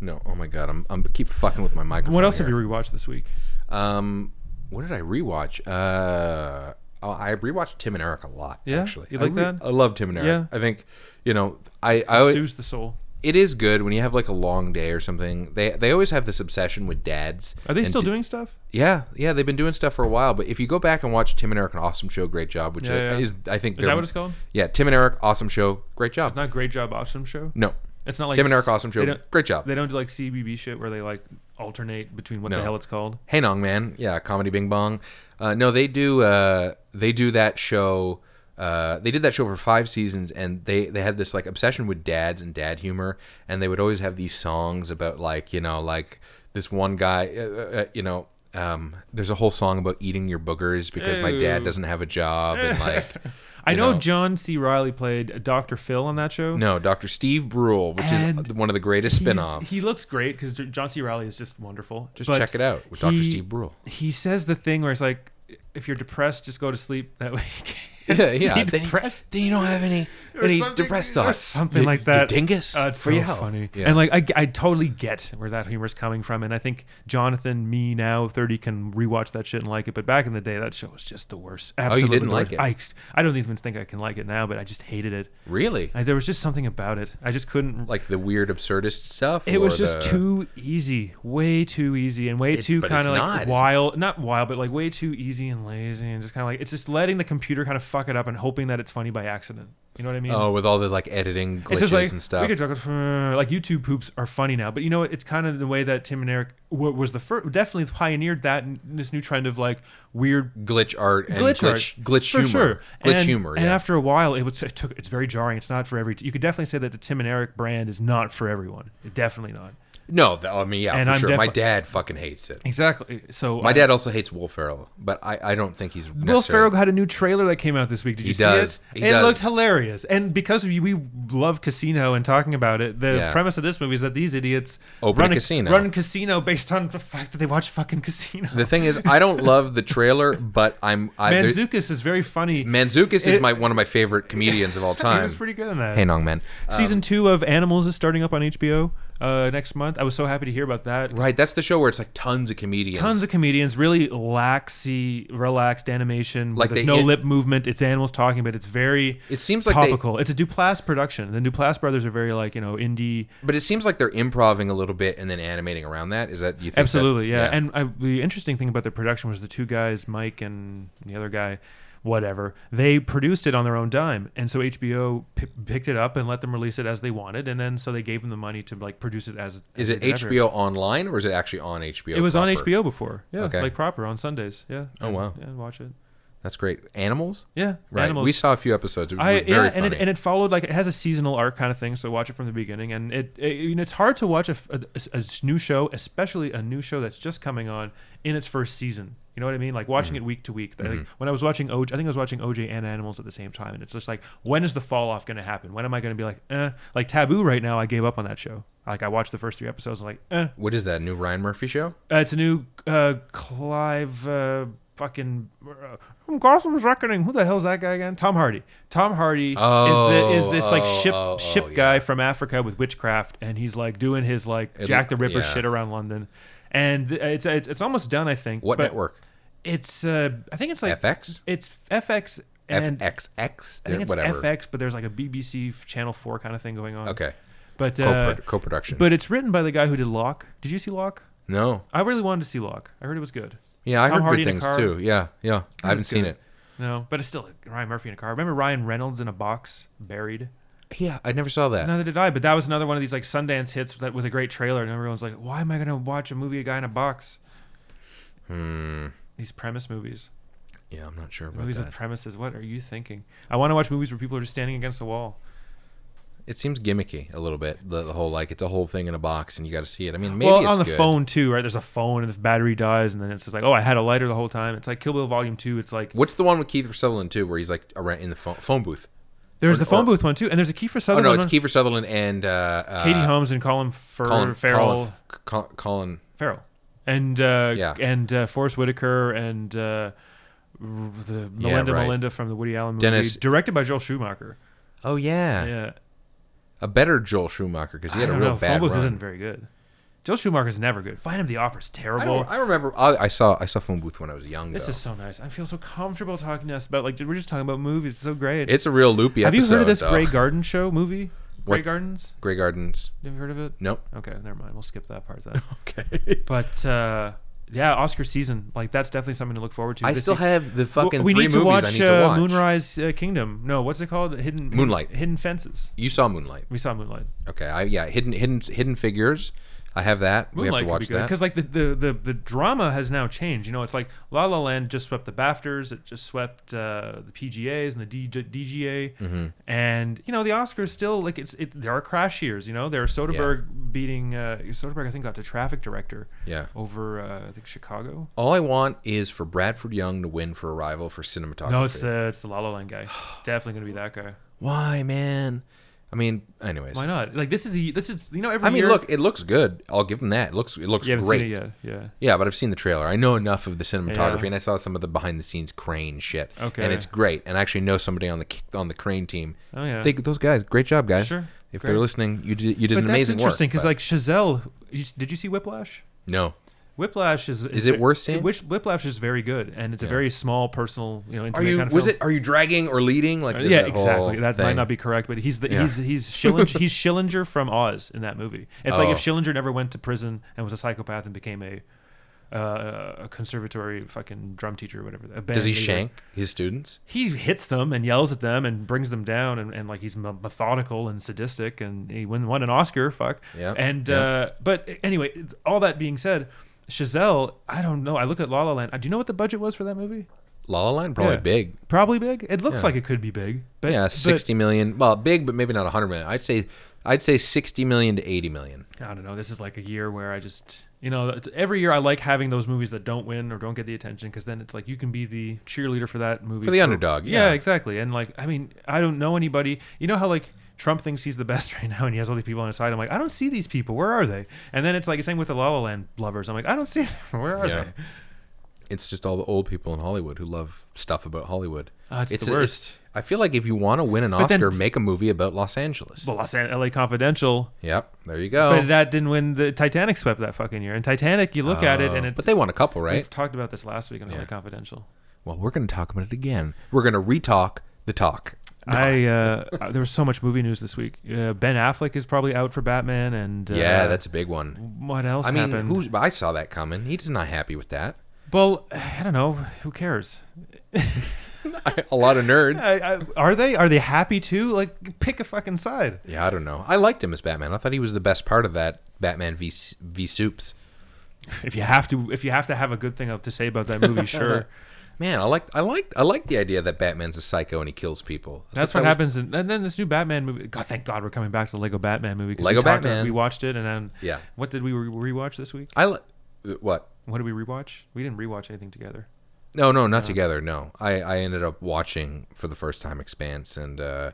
no. Oh my god, I'm I'm keep fucking with my microphone.
What else
here.
have you rewatched this week?
Um, what did I rewatch? Uh, oh, I rewatched Tim and Eric a lot.
Yeah?
actually,
You
I
like that?
I love Tim and Eric.
Yeah.
I think you know, I, I always,
Sues the soul.
it is good when you have like a long day or something. They they always have this obsession with dads.
Are they
and
still
d-
doing stuff?
Yeah, yeah, they've been doing stuff for a while. But if you go back and watch Tim and Eric, an awesome show, great job, which
Yeah, yeah.
is I think
Is
they're-
that what it's called?
Yeah, Tim and Eric, awesome show, great job.
Not Great Job Awesome Show.
no,
It's not like
Tim and Eric,
s-
awesome
They
show,
don't,
great job.
they don't do like CBB shit where they like alternate between what
No.
the hell it's called.
Hey Nong Man, yeah, comedy Bing Bong. Uh, no, they do uh, they do that show. Uh, they did that show for five seasons, and they they had this like obsession with dads and dad humor, and they would always have these songs about like you know like this one guy, uh, uh, you know. Um, there's a whole song about eating your boogers because my dad
Ew.
doesn't have a job and like
I
You
know,
know.
John C. Riley played Dr. Phil on that show.
no Dr. Steve Brule, which is
And
one of the greatest
He's-
spin-offs.
He looks great because John C. Riley is just wonderful.
Just
But
check it out with Dr.
he-
Steve Brule.
He says the thing where it's like, if you're depressed, just go to sleep. That way, you can.
Yeah, yeah.
You
then,
depressed?
then you don't have any
Or
any
something-
depressed
or
thoughts.
something
You-
like
you
that.
dingus.
Uh, it's
for
so
your health.
funny.
Yeah.
And like, I, I totally get where that humor's coming from, and I think Jonathan, me now thirty, can rewatch that shit and like it. But back in the day, that show was just the worst. Absolutely
Oh, didn't
the
like
worst. I, I don't even think I can like it now, but I just hated it.
really,
I, there was just something about it. I just couldn't.
like the weird absurdist stuff.
it was
or
just
the-
too easy, way too easy, and way
It-
too
but
kind
it's
of like
not, it's-
wild, not wild, but like way too easy and lazy, and just kind of like it's just letting the computer kind of fuck it up and hoping that it's funny by accident. You know what I mean?
Oh, with all the like editing glitches
it's just like
and stuff.
we could talk about- uh, like YouTube poops are funny now, but you know what? It's kind of the way that Tim and Eric wa- was the first, definitely pioneered that n- this new trend of like weird
glitch art and glitch
glitch
glitch,
art,
glitch
for
humor.
sure.
Glitch
and,
humor.
And
yeah.
after a while, it was it took it's very jarring. It's not for every. you could definitely say that the Tim and Eric brand is not for everyone. Definitely not.
No, th- I mean, yeah,
And
for
I'm
sure. My
defi-
dad fucking hates it.
Exactly. So
My
uh,
dad also hates Will Ferrell, but I, I don't think he's
Will
necessarily-
Ferrell had a new trailer that came out this week. Did you
He
see
does.
it?
He
it
does.
looked hilarious. And because we, we love Casino and talking about it, the
Yeah.
premise of this movie is that these idiots
Open a
run
casino.
run casino based on the fact that they watch fucking Casino.
The thing is, I don't love the trailer, but I'm I, there-
Manzukis is very funny.
Manzukis is
It-
my one of my favorite comedians of all
he
time.
was pretty good in that.
hey, Nong Man. Um,
Season two of Animals is starting up on HBO uh, next month. I was so happy to hear about that.
Right, that's the show where it's like tons of comedians.
Tons of comedians, really laxy, relaxed animation.
Like
Like there's
they
no
hit-
lip movement. It's animals talking, but it's very
It seems like they-
topical. it's a Duplass production. The Duplass brothers are very like you know indie.
but it seems like they're improving a little bit and then animating around that. Is that you think? that-
Absolutely, yeah. And I, the interesting thing about the production was the two guys, Mike and the other guy, whatever, they produced it on their own dime, and so HBO p- picked it up and let them release it as they wanted, and then so they gave them the money to like produce it as.
is
as
it
they did after.
HBO online or is it actually on HBO?
It was on
proper?
HBO before, yeah,
Okay.
like proper on Sundays, yeah.
Oh,
And-
wow.
yeah, and watch it,
That's great. Animals.
yeah.
Right.
Animals.
We saw a few episodes. It was
I
very
yeah,
funny.
and it, and it followed like it has a seasonal arc kind of thing. So watch it from the beginning, and it, it you know, it's hard to watch a, f- a- a s- new show, especially a new show that's just coming on in its first season. You know what I mean? Like watching
Mm-hmm.
it week to week. Like, when I was watching OJ, I think I was watching OJ and Animals at the same time, and it's just like, when is the fall off going to happen? When am I going to be like, eh? Like Taboo right now, I gave up on that show. Like I watched the first three episodes, and like, eh.
what is that new Ryan Murphy show?
Uh, it's a new uh, Clive uh, fucking. Uh, from Gotham's Reckoning. Who the hell's that guy again? Tom Hardy. Tom Hardy is, the,
Oh,
is this like
oh,
ship
oh,
ship
oh, yeah.
guy from Africa with witchcraft, and he's like doing his like
It-
Jack the Ripper
yeah.
shit around London, and it's it's, it's almost done, I think.
What
but
network?
It's uh, I think it's like
FX.
It's FX and
FXX.
I think it's
whatever.
FX, but there's like a BBC Channel Four kind of thing going on.
Okay.
but uh,
Co-pro- co-production.
but it's written by the guy who did Locke. Did you see Locke?
no.
I really wanted to see Locke. I heard it was good.
Yeah, I
Tom
heard
Hardy in a
good things
car.
too. Yeah, yeah. I haven't
it's
seen
good. No, but it's still Ryan Murphy in a car. Remember Ryan Reynolds in a box, buried.
it. Yeah, I never saw that.
Neither did I. But that was another one of these like Sundance hits that with a great trailer, and everyone's like, "Why am I going to watch a movie a guy in a box?" These premise movies,
Hmm. Yeah, I'm not sure about
movies
that.
with premises. What are you thinking? I want to watch movies where people are just standing against a wall.
It seems gimmicky a little bit. The, the whole like it's a whole thing in a box and you got to see it. I mean, maybe
well,
it's
on the
good.
phone too, right? There's a phone, and the battery dies, and then it's just like, "Oh, I had a lighter the whole time." It's like Kill Bill Volume Two. It's like
What's the one with Keith Sutherland too, where he's like around in the phone, phone booth?
there's
or-
the phone
or-
booth one too, and there's a Kiefer
Oh
Sutherland.
no, it's
one.
Kiefer Sutherland and uh, uh,
Katie Holmes and Colin Fur-
Colin
Farrell.
Colin, Col- Colin.
Farrell and uh,
Yeah.
and uh, Forrest Whitaker and uh, r- the
Yeah,
Melinda
right.
Melinda from the Woody Allen movie,
Dennis-
directed by Joel Schumacher.
Oh yeah.
Yeah,
a better Joel Schumacher because he
I
had a
don't
real
know.
bad
Phone Booth
run.
isn't very good. Joel Schumacher's never good. Find him the opera's
I,
terrible.
don't- I remember I, I saw I saw phone booth when I was young.
this
though.
is so nice. I feel so comfortable talking to us about like we're just talking about movies. It's so great.
it's a real loopy.
Have you heard
episode,
of this
though.
Grey Garden show movie? Grey
What?
Gardens.
Grey Gardens?
Have you heard of it?
Nope.
Okay, never mind. We'll skip that part then.
Okay.
but uh, yeah, Oscar season. Like that's definitely something to look forward to.
I
This
still
year-
have the fucking
Well, we
three
need
movies
to watch,
I need to
uh,
watch.
Moonrise uh, Kingdom. No, what's it called? Hidden
Moonlight.
Hidden Fences.
You saw Moonlight.
We saw Moonlight.
Okay, I yeah, hidden hidden hidden figures. I have that. we have to
Moonlight could
watch
be good
that.
because like the, the the the drama has now changed. You know, it's like La La Land just swept the BAFTAs. It just swept uh, the PGAs and the DJ, DGA,
Mm-hmm.
and you know the Oscars still like it's it. There are crash years. You know, there are Soderbergh beating uh, Soderbergh. I think got to Traffic Director.
Yeah.
Over uh, I think Chicago.
All I want is for Bradford Young to win for Arrival for cinematography.
No, it's the it's the La La Land guy. It's definitely gonna be that guy.
Why, man? I mean, anyways.
Why not? Like this is the this is you know every
I mean,
year-
look, it looks good. I'll give him that. It looks it looks
You haven't
great.
seen it yet. Yeah.
Yeah, but I've seen the trailer. I know enough of the cinematography,
Yeah.
and I saw some of the behind the scenes crane shit.
Okay.
and it's great. And I actually know somebody on the on the crane team.
Oh yeah.
They, those guys, great job, guys.
Sure,
If
great.
they're listening, you did you did
but
an
that's
amazing
interesting
work.
because
but-
like Chazelle, you, s- did you see Whiplash?
no,
Whiplash is is,
it
ve-
worth seeing?
Which Whiplash is very good, and it's a very small, personal, you know,
are
intimate
you
kind of
was
film. Uh,
it are you dragging or leading? Like there's
yeah,
that whole
exactly. That might
thing.
not be correct, but he's the,
Yeah.
he's he's Schillinger, he's Schillinger from Oz in that movie. It's like if
Oh.
Schillinger never went to prison and was a psychopath and became a uh, a conservatory fucking drum teacher or whatever. a band
Does he
leader.
shank his students?
he hits them and yells at them and brings them down and, and like he's me- methodical and sadistic and he won, won an Oscar fuck
Yeah,
and
yeah.
Uh, but anyway it's- all that being said Chazelle I don't know I look at La La Land uh, do you know what the budget was for that movie
La La Land probably
Yeah.
big.
probably big it looks
Yeah.
like it could be big but
Yeah,
but
sixty million. Well, big, but maybe not hundred million. I'd say I'd say 60 million to 80 million.
I don't know. This is like a year where I just, you know, it's- every year I like having those movies that don't win or don't get the attention because then it's like you can be the cheerleader for that movie.
For the underdog,
Yeah.
yeah.
exactly. And like, I mean, I don't know anybody. You know how like Trump thinks he's the best right now and he has all these people on his side. I'm like, I don't see these people. Where are they? And then it's like, same with the La La Land lovers. I'm like, I don't see them. Where are
Yeah.
they?
It's just all the old people in Hollywood who love stuff about Hollywood.
Ah, it's the
a-
worst.
I feel like if you want to win an
But then-
Oscar, make a movie about Los Angeles.
Well, Los Angeles, LA Confidential.
yep, there you go.
But that didn't win. The Titanic swept that fucking year. And Titanic, you look at it
Oh,
and it's.
but they won a couple, right?
We've talked about this last week on
Yeah.
LA Confidential.
Well, we're going to talk about it again. We're going to retalk the talk.
I uh, there was so much movie news this week. Uh, ben Affleck is probably out for Batman, and uh,
yeah, that's a big one.
what else
I mean,
happened.
who's? I saw that coming. He's not happy with that.
well, I don't know. Who cares?
a lot of nerds.
I, I, are they are they happy too? Like, pick a fucking side.
Yeah, I don't know. I liked him as Batman. I thought he was the best part of that Batman v v Soups.
If you have to, if you have to have a good thing to say about that movie, sure.
Man, I like I like I like the idea that Batman's a psycho and he kills people.
That's what happens, in, and then this new Batman movie. God, thank God we're coming back to the Lego Batman movie. 'cause we
Lego
talked about-
Batman.
we watched it, and then
Yeah.
what did we re- rewatch this week?
I li- uh, what?
What did we rewatch? We didn't rewatch anything together.
No, no, not together. No, I I ended up watching for the first time Expanse and uh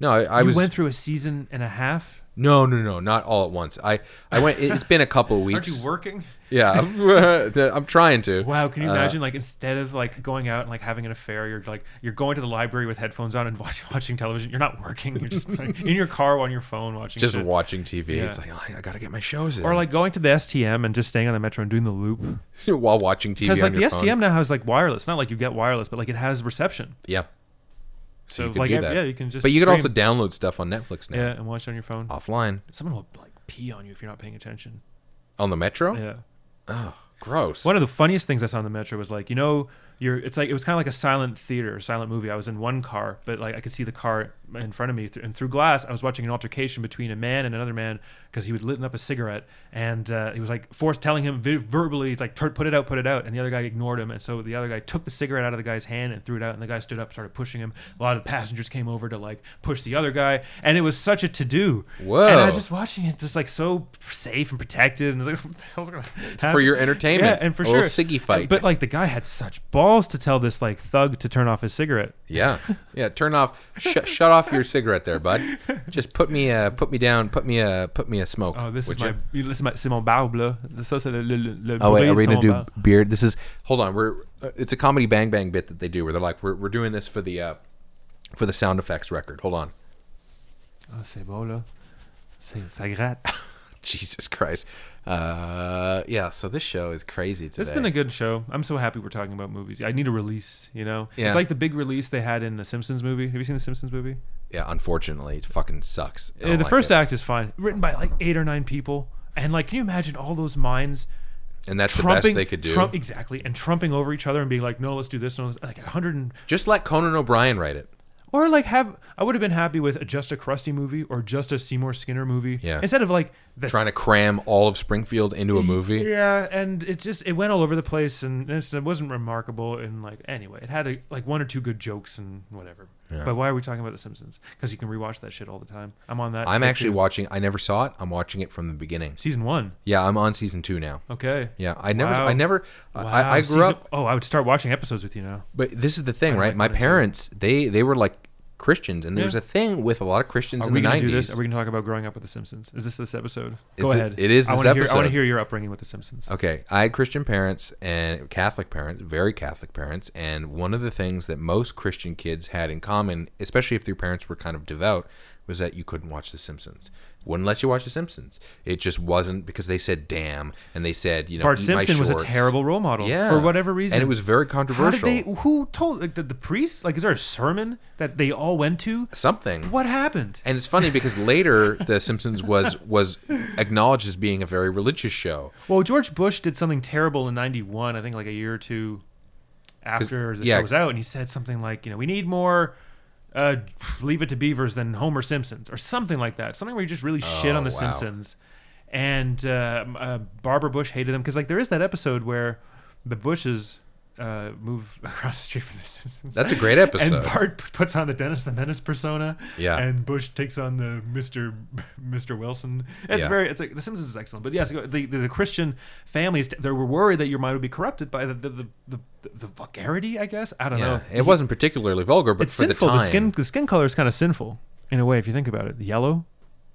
no, I, I
we
was
went through a season and a half.
no, no, no, not all at once. I I went. It's been a couple
Aren't
weeks.
you working?
yeah, I'm, trying to.
Wow, can you
Uh,
imagine like instead of like going out and like having an affair, you're like you're going to the library with headphones on and watch, watching television. You're not working. You're just like, in your car on your phone watching.
Just
shit.
watching TV. It's
Yeah.
like oh, I gotta get my shows in.
or like going to the STM and just staying on the metro and doing the loop.
while watching TV.
Because like
on
the
your phone.
STM now has like wireless. Not like you get wireless, but like it has reception.
Yeah.
So, like, ev- yeah, you can just
But you can also
stream.
download stuff on Netflix now,
Yeah, and watch it on your phone.
offline
Someone will like pee on you if you're not paying attention.
on the Metro.
Yeah.
Oh, gross.
One of the funniest things I saw on the metro was like, you know, you're it's like it was kind of like a silent theater, silent movie. I was in one car, but like I could see the car in front of me, th- and through glass, I was watching an altercation between a man and another man because he was lit up a cigarette, and uh, he was like forced telling him vi- verbally like "Tur- put it out, put it out, and the other guy ignored him, and so the other guy took the cigarette out of the guy's hand and threw it out, and the guy stood up, started pushing him. A lot of passengers came over to like push the other guy, and it was such a to do.
Whoa.
And I was just watching it, just like so safe and protected, and I was like, what the hell's gonna happen?
for your entertainment.
Yeah, and for
A
sure. Uh,
little ciggy fight.
But like the guy had such balls to tell this like thug to turn off his cigarette.
yeah, yeah. Turn off, sh- shut off your cigarette there, bud. Just put me, uh, put me down, put me, uh, put me a smoke.
Oh, this
would
is my
you?
this is my c'est mon bar bleu. Ça, c'est le, le, le
Oh wait,
bruit
are
de
we gonna
mon
do
bar.
beard? This is hold on. We're uh, it's a comedy bang bang bit that they do where they're like, we're, we're doing this for the uh, for the sound effects record. Hold on.
Oh, c'est beau là. C'est ça gratte.
Jesus Christ. Uh, yeah. So this show is crazy today.
It's been a good show. I'm so happy we're talking about movies. I need a release, you know.
Yeah.
It's like the big release they had in the Simpsons movie. Have you seen the Simpsons movie?
yeah. Unfortunately, it fucking sucks. I
Uh,
don't
the
like
first
it.
act is fine, written by like eight or nine people, and like, can you imagine all those minds?
and that's the
trumping
best they could do.
Trump, exactly, and trumping over each other and being like, "No, let's do this." No, let's, like 100 and
Just let Conan O'Brien write it.
Or like have I would have been happy with a, just a crusty movie or just a Seymour Skinner movie.
Yeah.
Instead of like the
Trying to cram all of Springfield into a movie.
Yeah, and it just it went all over the place and it's, it wasn't remarkable and like anyway, it had a, like one or two good jokes and whatever. But why are we talking about The Simpsons? Because you can rewatch that shit all the time. I'm on that.
I'm
kick
actually
too.
watching. I never saw it. I'm watching it from the beginning.
season one.
Yeah, I'm on season two now.
Okay.
Yeah, I never,
Wow.
I never,
Wow,
I, I grew
season-
up.
Oh, I would start watching episodes with you now.
But this is the thing, right?
like
My
Conan too.
parents, they they were like Christians, and there
Yeah.
was a thing with a lot of Christians
Are
in
we
the '90s.
gonna do this? Are we gonna talk about growing up with The Simpsons? Is this this episode? Go
It's-
ahead.
it is
I
this
wanna hear- I want
episode.
to hear your upbringing with The Simpsons.
Okay, I had Christian parents and Catholic parents, very Catholic parents, and one of the things that most Christian kids had in common, especially if their parents were kind of devout, was that you couldn't watch The Simpsons. Wouldn't let you watch The Simpsons. It just wasn't because they said "damn" and they said, you know,
Bart
"Eat my
Simpson was a
shorts."
terrible role model
Yeah,
for whatever reason.
and it was very
How did
controversial.
they? Who told? Like the, the priest? Like, is there a sermon that they all went to?
Something.
What happened?
And it's funny because later The Simpsons was was acknowledged as being a very religious show.
Well, George Bush did something terrible in '91. I think like a year or two after the
yeah.
show was out, and he said something like, "You know, we need more." Uh, leave it to beavers than Homer Simpsons or something like that. Something where you just really shit
Oh,
on the
wow.
Simpsons. And uh, uh, Barbara Bush hated them because like there is that episode where the Bushes uh, move across the street from The Simpsons.
That's a great episode.
And Bart p- puts on the Dennis the Menace persona.
Yeah.
And Bush takes on the Mister Mister Wilson. It's
Yeah.
very. It's like The Simpsons is excellent. But yes, the the, the Christian families they were worried that your mind would be corrupted by the the the, the, the vulgarity. I guess I don't
yeah.
know.
It wasn't particularly vulgar, but
It's
for
sinful.
the
The,
time,
skin the skin color is kind of sinful in a way if you think about it. The yellow.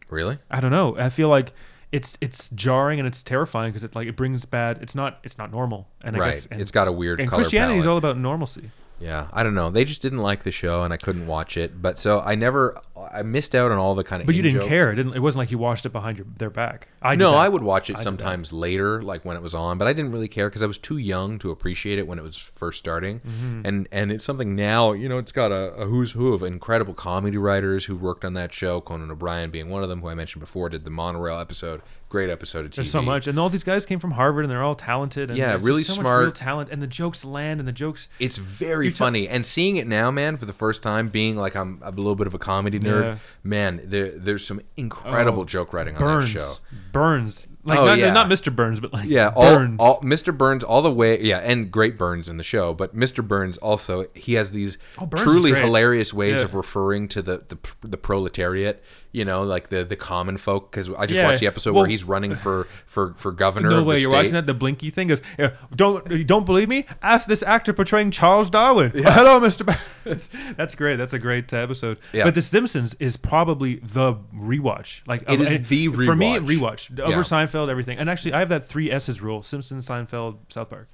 really.
I don't know. I feel like it's it's jarring and it's terrifying because it like it brings bad. It's not it's not normal. And I
Right.
guess and,
it's got a weird
and
color
Christianity is
palette.
all about normalcy.
Yeah, I don't know. They just didn't like the show, and I couldn't watch it. But so I never, I missed out on all the kind of.
But you didn't
in-jokes.
care. It didn't. It wasn't like you watched it behind your, their back. I did
No,
that.
I would watch
I
it
did that.
sometimes later, like when it was on. But I didn't really care because I was too young to appreciate it when it was first starting.
Mm-hmm.
And and it's something now. You know, it's got a, a who's who of incredible comedy writers who worked on that show. Conan O'Brien being one of them, who I mentioned before, did the monorail episode. Great episode of TV.
There's so much, and all these guys came from Harvard, and they're all talented. And
Yeah,
there's just
really
so
smart.
Much real talent, and the jokes land, and the jokes.
It's very
You tell-
funny, and seeing it now, man, for the first time, being like I'm, a little bit of a comedy nerd,
Yeah.
man. There, there's some incredible
Oh,
joke writing on
Burns,
that show.
Burns, like
Oh,
not,
yeah.
not Mr. Burns, but like
Yeah, all,
Burns.
all Mr. Burns all the way. Yeah, and great Burns in the show, but Mr. Burns also he has these
Oh, Burns is
truly
great.
hilarious ways
Yeah.
of referring to the, the the proletariat. You know, like the the common folk. Because I just
Yeah.
watched the episode
Well-
where he's running for for for governor.
no
of
way,
the
you're
state.
watching that. The blinky thing goes. "Yeah, Don't you don't believe me? Ask this actor portraying Charles Darwin. Hello, Mr. Burns. That's great. That's a great uh, episode.
Yeah.
But The Simpsons is probably the rewatch. Like
It
of-
is
and-
the
for me.
rewatch.
Rewatch over
Yeah.
Seinfeld, everything. And actually, I have that three S's rule: Simpsons, Seinfeld, South Park.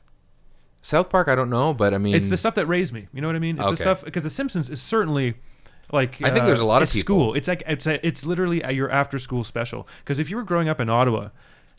South Park. I don't know, but I mean,
It's the stuff that raised me. You know what I mean? It's
Okay.
the stuff because The Simpsons is certainly like uh,
I think there's a lot of
it's
people-
school. It's like it's a, it's literally a, your after school special. Because if you were growing up in Ottawa,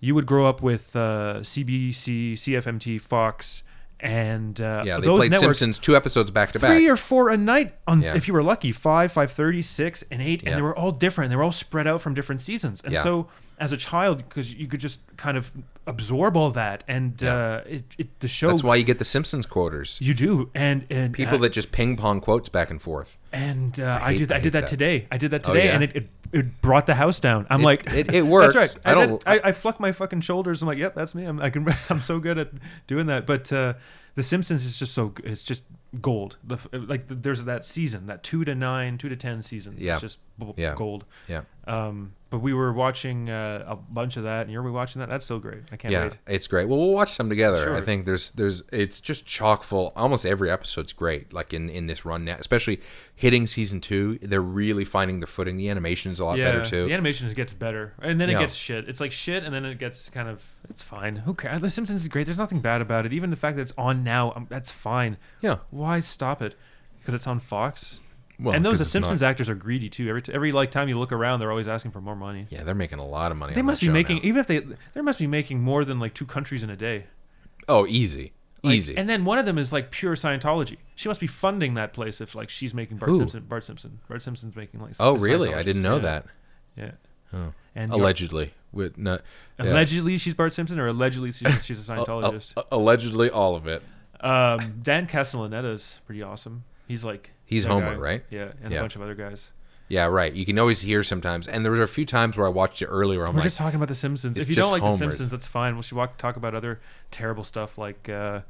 you would grow up with uh, CBC, CFMT, Fox, and uh,
yeah, they
those
played
networks.
Simpsons two episodes back to back.
Three or four a night on
Yeah.
if you were lucky, five, five thirty, six, and eight,
Yeah.
and they were all different. They were all spread out from different seasons, and
Yeah.
so as a child, because you could just kind of absorb all that, and
Yeah.
uh, it, it the show
That's why you get the Simpsons quoters.
you do, and and
People
uh,
that just ping pong quotes back and forth.
and uh, I,
hate-
did
I
I,
hate
did that,
that.
today. I did that
Oh,
today,
yeah?
and it, it it brought the house down. I'm like,
it- it works.
That's right.
I
I,
don't-
don't. I, I fluck my fucking shoulders. I'm like, yep, that's me. I'm I can. I'm so good at doing that. But uh, The Simpsons is just so. It's just gold. The, f- like there's that season, that two to nine, two to ten season.
Yeah.
It's just b-
Yeah.
gold.
Yeah.
Um, but we were watching uh, a bunch of that, and you're rewatching that. That's so great. I can't
yeah,
wait.
it's great. Well, we'll watch some together. I
Sure.
think there's there's it's just chock full. Almost every episode's great. Like in in this run now, especially hitting season two, they're really finding their footing. The animation's a lot better too.
The animation gets better, and then
Yeah.
it gets shit. It's like shit, and then it gets kind of. It's fine. Who cares? The Simpsons is great. There's nothing bad about it. Even the fact that it's on now, um, that's fine.
Yeah.
Why stop it? Because it's on Fox.
Well,
and
'cause
those the
it's
Simpsons
not-
actors are greedy too. Every t- every like time you look around, they're always asking for more money.
yeah, they're making a lot of money.
They
on
must
that
be
show
making
now.
even if they they must be making more than like two countries in a day.
oh easy,
Like,
easy.
And then one of them is like pure Scientology. She must be funding that place if like she's making Bart
Who?
Simpson. Bart Simpson. Bart Simpson's making like.
oh
a
really? I didn't
Scientologist.
know
Yeah.
that.
Yeah.
Oh.
And you're-
Allegedly, with no, yeah. Oh,
Allegedly, she's Bart Simpson, or allegedly she's, she's a
A- a-
Scientologist.
a- allegedly, all of it.
Um, Dan Castellaneta's pretty awesome. He's like
He's
that
Homer,
guy.
right?
Yeah, and
Yeah.
a bunch of other guys.
Yeah, right. You can always hear sometimes, and there were a few times where I watched it earlier. I'm
We're
like,
just talking about The Simpsons.
Oh It's
If you
just
don't like
Homers.
The Simpsons, that's fine. We should walk, talk about other terrible stuff like uh,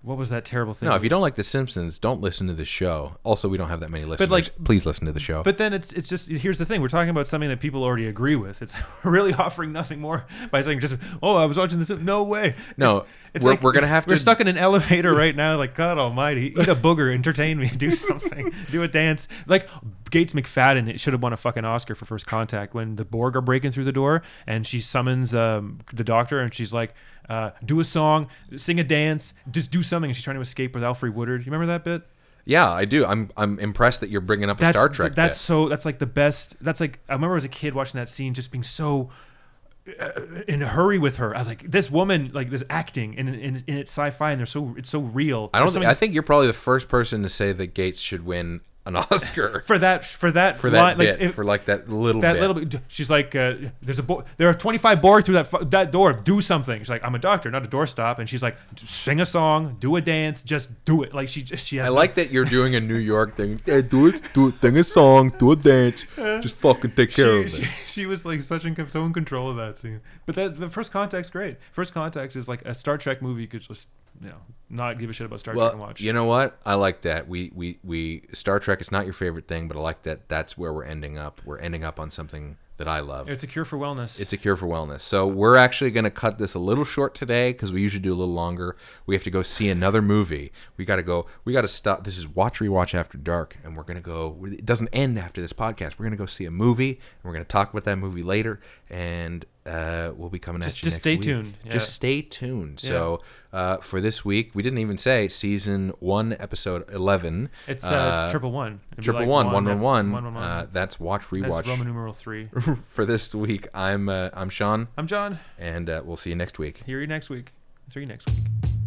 what was that terrible thing?
No, if you don't like The Simpsons, don't listen to the show. Also, we don't have that many listeners.
like-
please listen to the show.
But then it's it's just here's the thing we're talking about something that people already agree with. It's really offering nothing more by saying just oh I was watching this no way
No,
It's- it's
we're- we're gonna have
we're
to-
stuck in an elevator right now like God Almighty eat a booger entertain me do something do a dance like Gates McFadden it should have won a fucking Oscar for First Contact when the Borg are breaking through the door and she summons um, the doctor and she's like uh, do a song sing a dance just do something and she's trying to escape with Alfred Woodard you remember that bit
yeah, I do. I'm I'm impressed that you're bringing up a Star Trek.
that's
bit.
so. That's like the best. That's like I remember as a kid watching that scene, just being so uh, in a hurry with her. I was like, this woman, like this acting, and, and, and it's sci-fi, and they're so it's so real.
I don't.
There's
Think,
something-
I think you're probably the first person to say that Gates should win an Oscar
for that for that
for that
line, like,
bit,
if-
for like that little
that
bit.
little bit. She's like, uh, there's a bo- there are 25 boards through that fu- that door. Do something. She's like, I'm a doctor, not a doorstop. And she's like, sing a song, do a dance, just do it. Like she just she has.
I like that you're doing a New York thing. Hey, do it, do it, sing a song, do a dance, just fucking take care
she,
of
she,
it.
she was like such in so in control of that scene. But that the first contact's great. First contact is like a Star Trek movie you could just you know, not give a shit about Star Trek
Well,
and watch.
you know what? I like that. We, we we Star Trek is not your favorite thing, but I like that. That's where we're ending up. We're ending up on something that I love.
It's a cure for wellness.
It's a cure for wellness. So we're actually going to cut this a little short today because we usually do a little longer. We have to go see another movie. We got to go. We got to stop. This is watch rewatch after dark, and we're going to go. It doesn't end after this podcast. We're going to go see a movie, and we're going to talk about that movie later. And uh, we'll be coming
Just-
at you.
just
next
stay
week.
tuned. Yeah.
Just stay tuned. So uh, for this week, we didn't even say season one, episode eleven.
It's uh, triple one. It'd be
triple
like
one, one,
and-
one, one.
one, one, one.
Uh, that's watch
That's
rewatch.
Roman numeral three.
for this week, I'm uh, I'm Sean
I'm John.
and uh, we'll see you next week.
Hear you next week. See you next week.